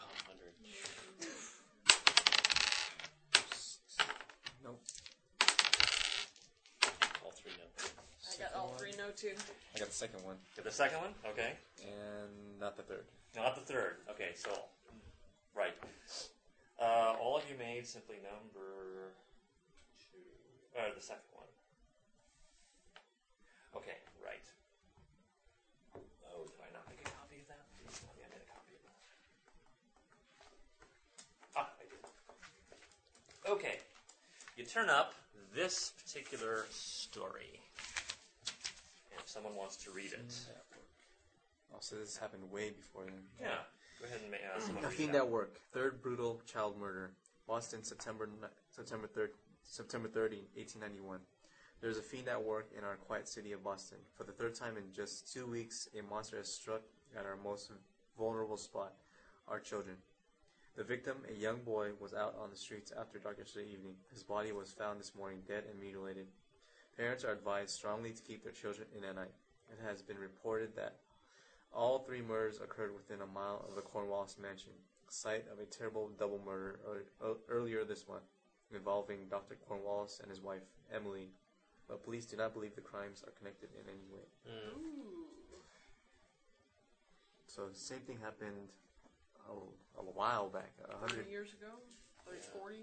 Oh, 100.
Nope.
All three no.
I got all three no two.
I got the second one.
To the second one, okay.
And not the third.
Not the third. Okay, so right. Uh, all of you made simply number two, or the second one. Okay, right. Oh, did I not make a copy of that? Please tell me I made a copy of that. Ah, I did. Okay, you turn up this particular
Mm.
story, and if someone wants to read it.
That work. Also, this happened way before then.
Yeah. Go ahead and make uh, someone read
Caffeine
that.
Network, third brutal child murder, Boston, September ni- September 3rd, September 30, 1891. There's a fiend at work in our quiet city of Boston. For the third time in just two weeks, a monster has struck at our most vulnerable spot, our children. The victim, a young boy, was out on the streets after dark yesterday evening. His body was found this morning dead and mutilated. Parents are advised strongly to keep their children in at night. It has been reported that all three murders occurred within a mile of the Cornwallis mansion, site of a terrible double murder ear- ear- earlier this month, involving Dr. Cornwallis and his wife, Emily. But police do not believe the crimes are connected in any way.
Mm.
Ooh.
So the same thing happened a, a while back, a hundred.
30 years ago? Like
Yeah.
40?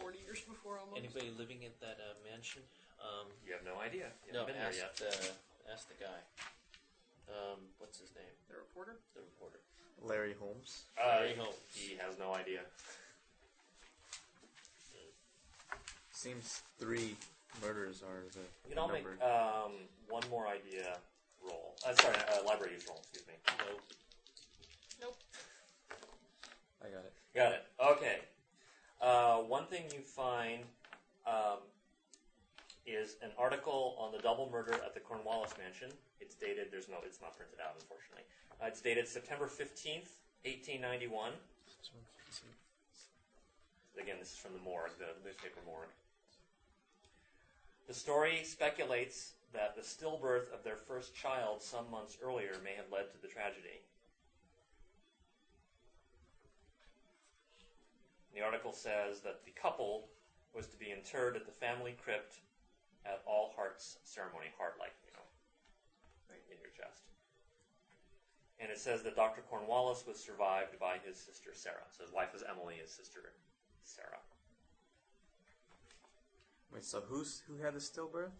40 years before almost?
Anybody living at that uh, mansion? Um,
You have no idea. You
no,
haven't been there
ask
yet.
the ask the guy. Um, what's his name?
The reporter?
The reporter.
Larry Holmes.
Uh,
Larry Holmes.
he has no idea.
Seems three murders are the,
You
the
can all make
number.
um, one more idea roll. Uh, sorry, uh, library use roll. Excuse me.
Nope.
I got it.
Got it. Okay. Uh, one thing you find um, is an article on the double murder at the Cornwallis Mansion. It's dated. There's no. It's not printed out, unfortunately. Uh, it's dated September fifteenth, eighteen ninety-one. Again, this is from the morgue, the newspaper morgue. The story speculates that the stillbirth of their first child some months earlier may have led to the tragedy. The article says that the couple was to be interred at the family crypt at All Hearts Ceremony, heart like, you know, right in your chest. And it says that Dr. Cornwallis was survived by his sister Sarah. So his wife is Emily, his sister Sarah.
Wait, so who's who had the stillbirth?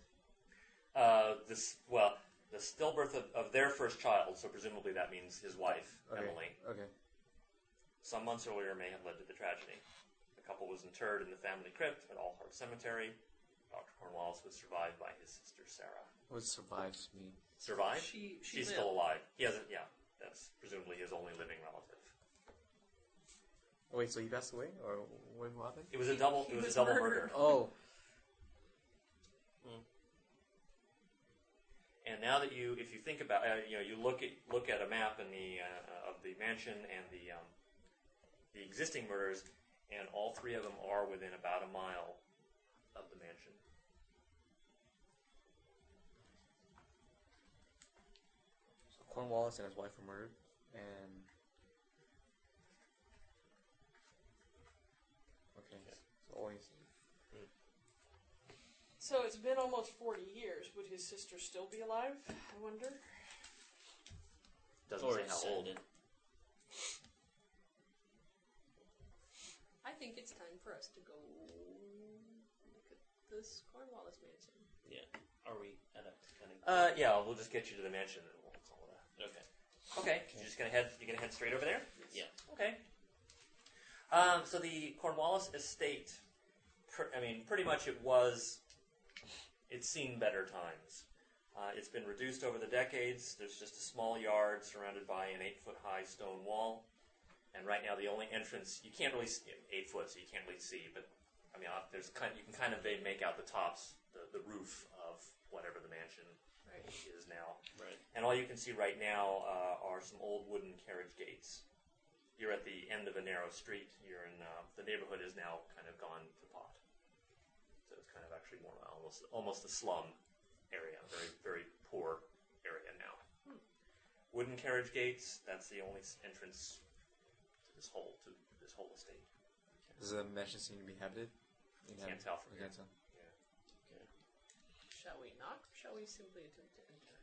Uh, this well, the stillbirth of, of their first child. So presumably that means his wife
Okay.
Emily.
Okay.
Some months earlier may have led to the tragedy. The couple was interred in the family crypt at All Heart Cemetery. Dr. Cornwallis was survived by his sister Sarah.
What survives me?
Survived?
She, she
She's
lived.
still alive. He hasn't. Yeah, that's presumably his only living relative.
Oh, wait, so he passed away, or what happened?
It was a double.
He
it was,
was
a double
murdered.
murder.
Oh,
And now that you, if you think about, uh, you know, you look at look at a map in the uh, of the mansion and the um, the existing murders, and all three of them are within about a mile of the mansion.
So Cornwallis and his wife were murdered, and okay, so only
So it's been almost 40 years. Would his sister still be alive? I wonder.
Doesn't
or
say how old.
descendant.
I think it's time for us to go look at this Cornwallis mansion.
Are we at a kind
Uh,
of?
yeah, we'll just get you to the mansion and we'll call it a
okay.
Okay, you're just gonna head. You're gonna head straight over there.
Yeah.
Okay. Um, so the Cornwallis estate, pr- I mean, pretty much it was, it's seen better times. Uh, it's been reduced over the decades. There's just a small yard surrounded by an eight foot high stone wall. And right now, the only entrance, you can't really see, eight foot, so you can't really see, but I mean, uh, there's kind you can kind of make out the tops, the, the roof of whatever the mansion
Right.
is now.
Right.
And all you can see right now uh, are some old wooden carriage gates. You're at the end of a narrow street. You're in uh, the neighborhood is now kind of gone to pot, so it's kind of actually more uh, almost almost a slum area, very very poor area now. Wooden carriage gates. That's the only s- entrance to this whole to this whole estate.
does the mansion seem to be habited? You
Can't tell from
I
here.
can't tell.
Shall we knock? Shall we simply attempt to enter?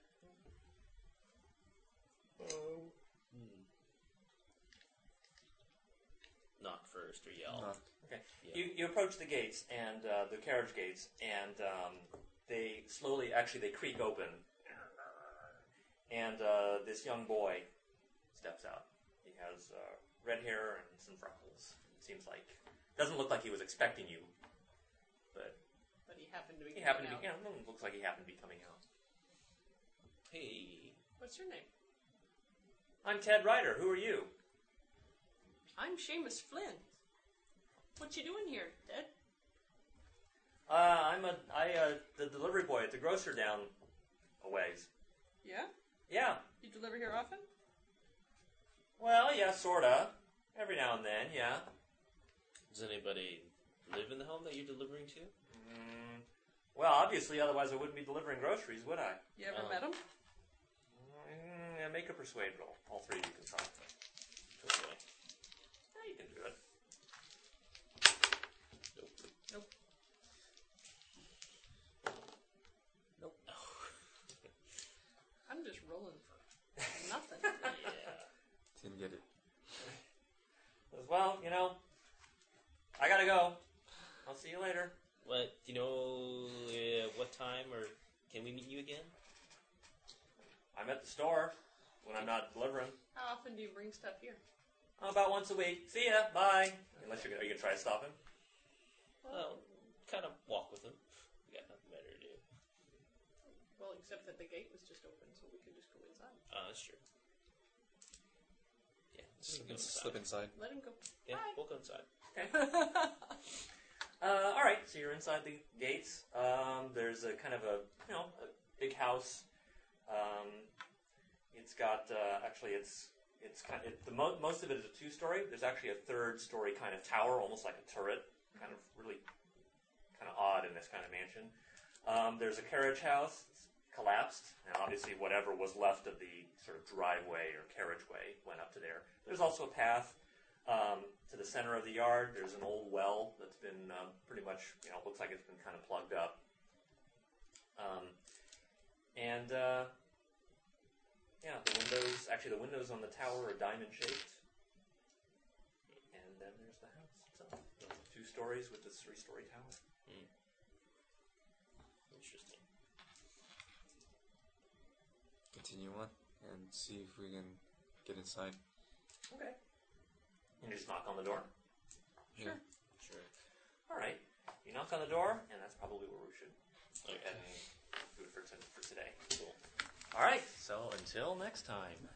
Knock first or yell.
No.
Yeah.
You, you approach the gates and uh, the carriage gates, and um, they slowly, actually, they creak open, and uh, this young boy steps out. He has uh, red hair and some freckles. It seems like doesn't look like he was expecting you, but
But he happened to be.
he happened to
coming
be. You know, looks like he happened to be coming out.
Hey.
out. What's your name?
I'm Ted Ryder. Who are you?
I'm Seamus Flynn. What you doing here, Ted?
Uh, I'm a I uh, the delivery boy at the grocer down a ways.
Yeah?
Yeah.
You deliver here often?
Well, yeah, sorta. Every now and then, yeah.
Does anybody live in the home that you're delivering to?
Mm, well, obviously, otherwise I wouldn't be delivering groceries, would I?
You ever
Um,
met him?
Mm, yeah, make a persuade roll. All three of you can try.
Okay.
Yeah, you can do it.
Nope.
I'm just rolling for nothing.
yeah.
Didn't get it.
Says, well, you know, I gotta go. I'll see you later.
What do you know? Uh, what time or can we meet you again?
I'm at the store when I'm not delivering.
How often do you bring stuff here?
Oh, about once a week. See ya. Bye. Unless you're gonna, are you gonna try to stop him?
Well, kind of walk with him. We got nothing better to do.
Well, except that the gate was just open, so we could just go inside.
Uh, that's true. Yeah, let's just
Slip,
go
ins-
inside.
slip inside.
Let him go.
Yeah,
Hi.
we'll go inside.
Uh, all right. So you're inside the gates. Um, there's a kind of a you know a big house. Um, it's got uh, actually it's it's kind of, it, the mo- most of it is a two story. There's actually a third story kind of tower, almost like a turret, kind of really kind of odd in this kind of mansion. Um, there's a carriage house it's collapsed, and obviously whatever was left of the sort of driveway or carriageway went up to there. There's also a path um, to the center of the yard. There's an old well that's been um, pretty much, you know, looks like it's been kind of plugged up. Um, and uh, yeah, the windows, actually, the windows on the tower are diamond shaped. And then there's the house itself. It's Two stories with this three story tower.
Interesting.
Continue on and see if we can get inside.
Okay. And you just knock on the door.
Sure.
Sure.
All right. You knock on the door, and that's probably where we should
Okay.
go ahead and do it for, t- for today. Cool. All right. So until next time.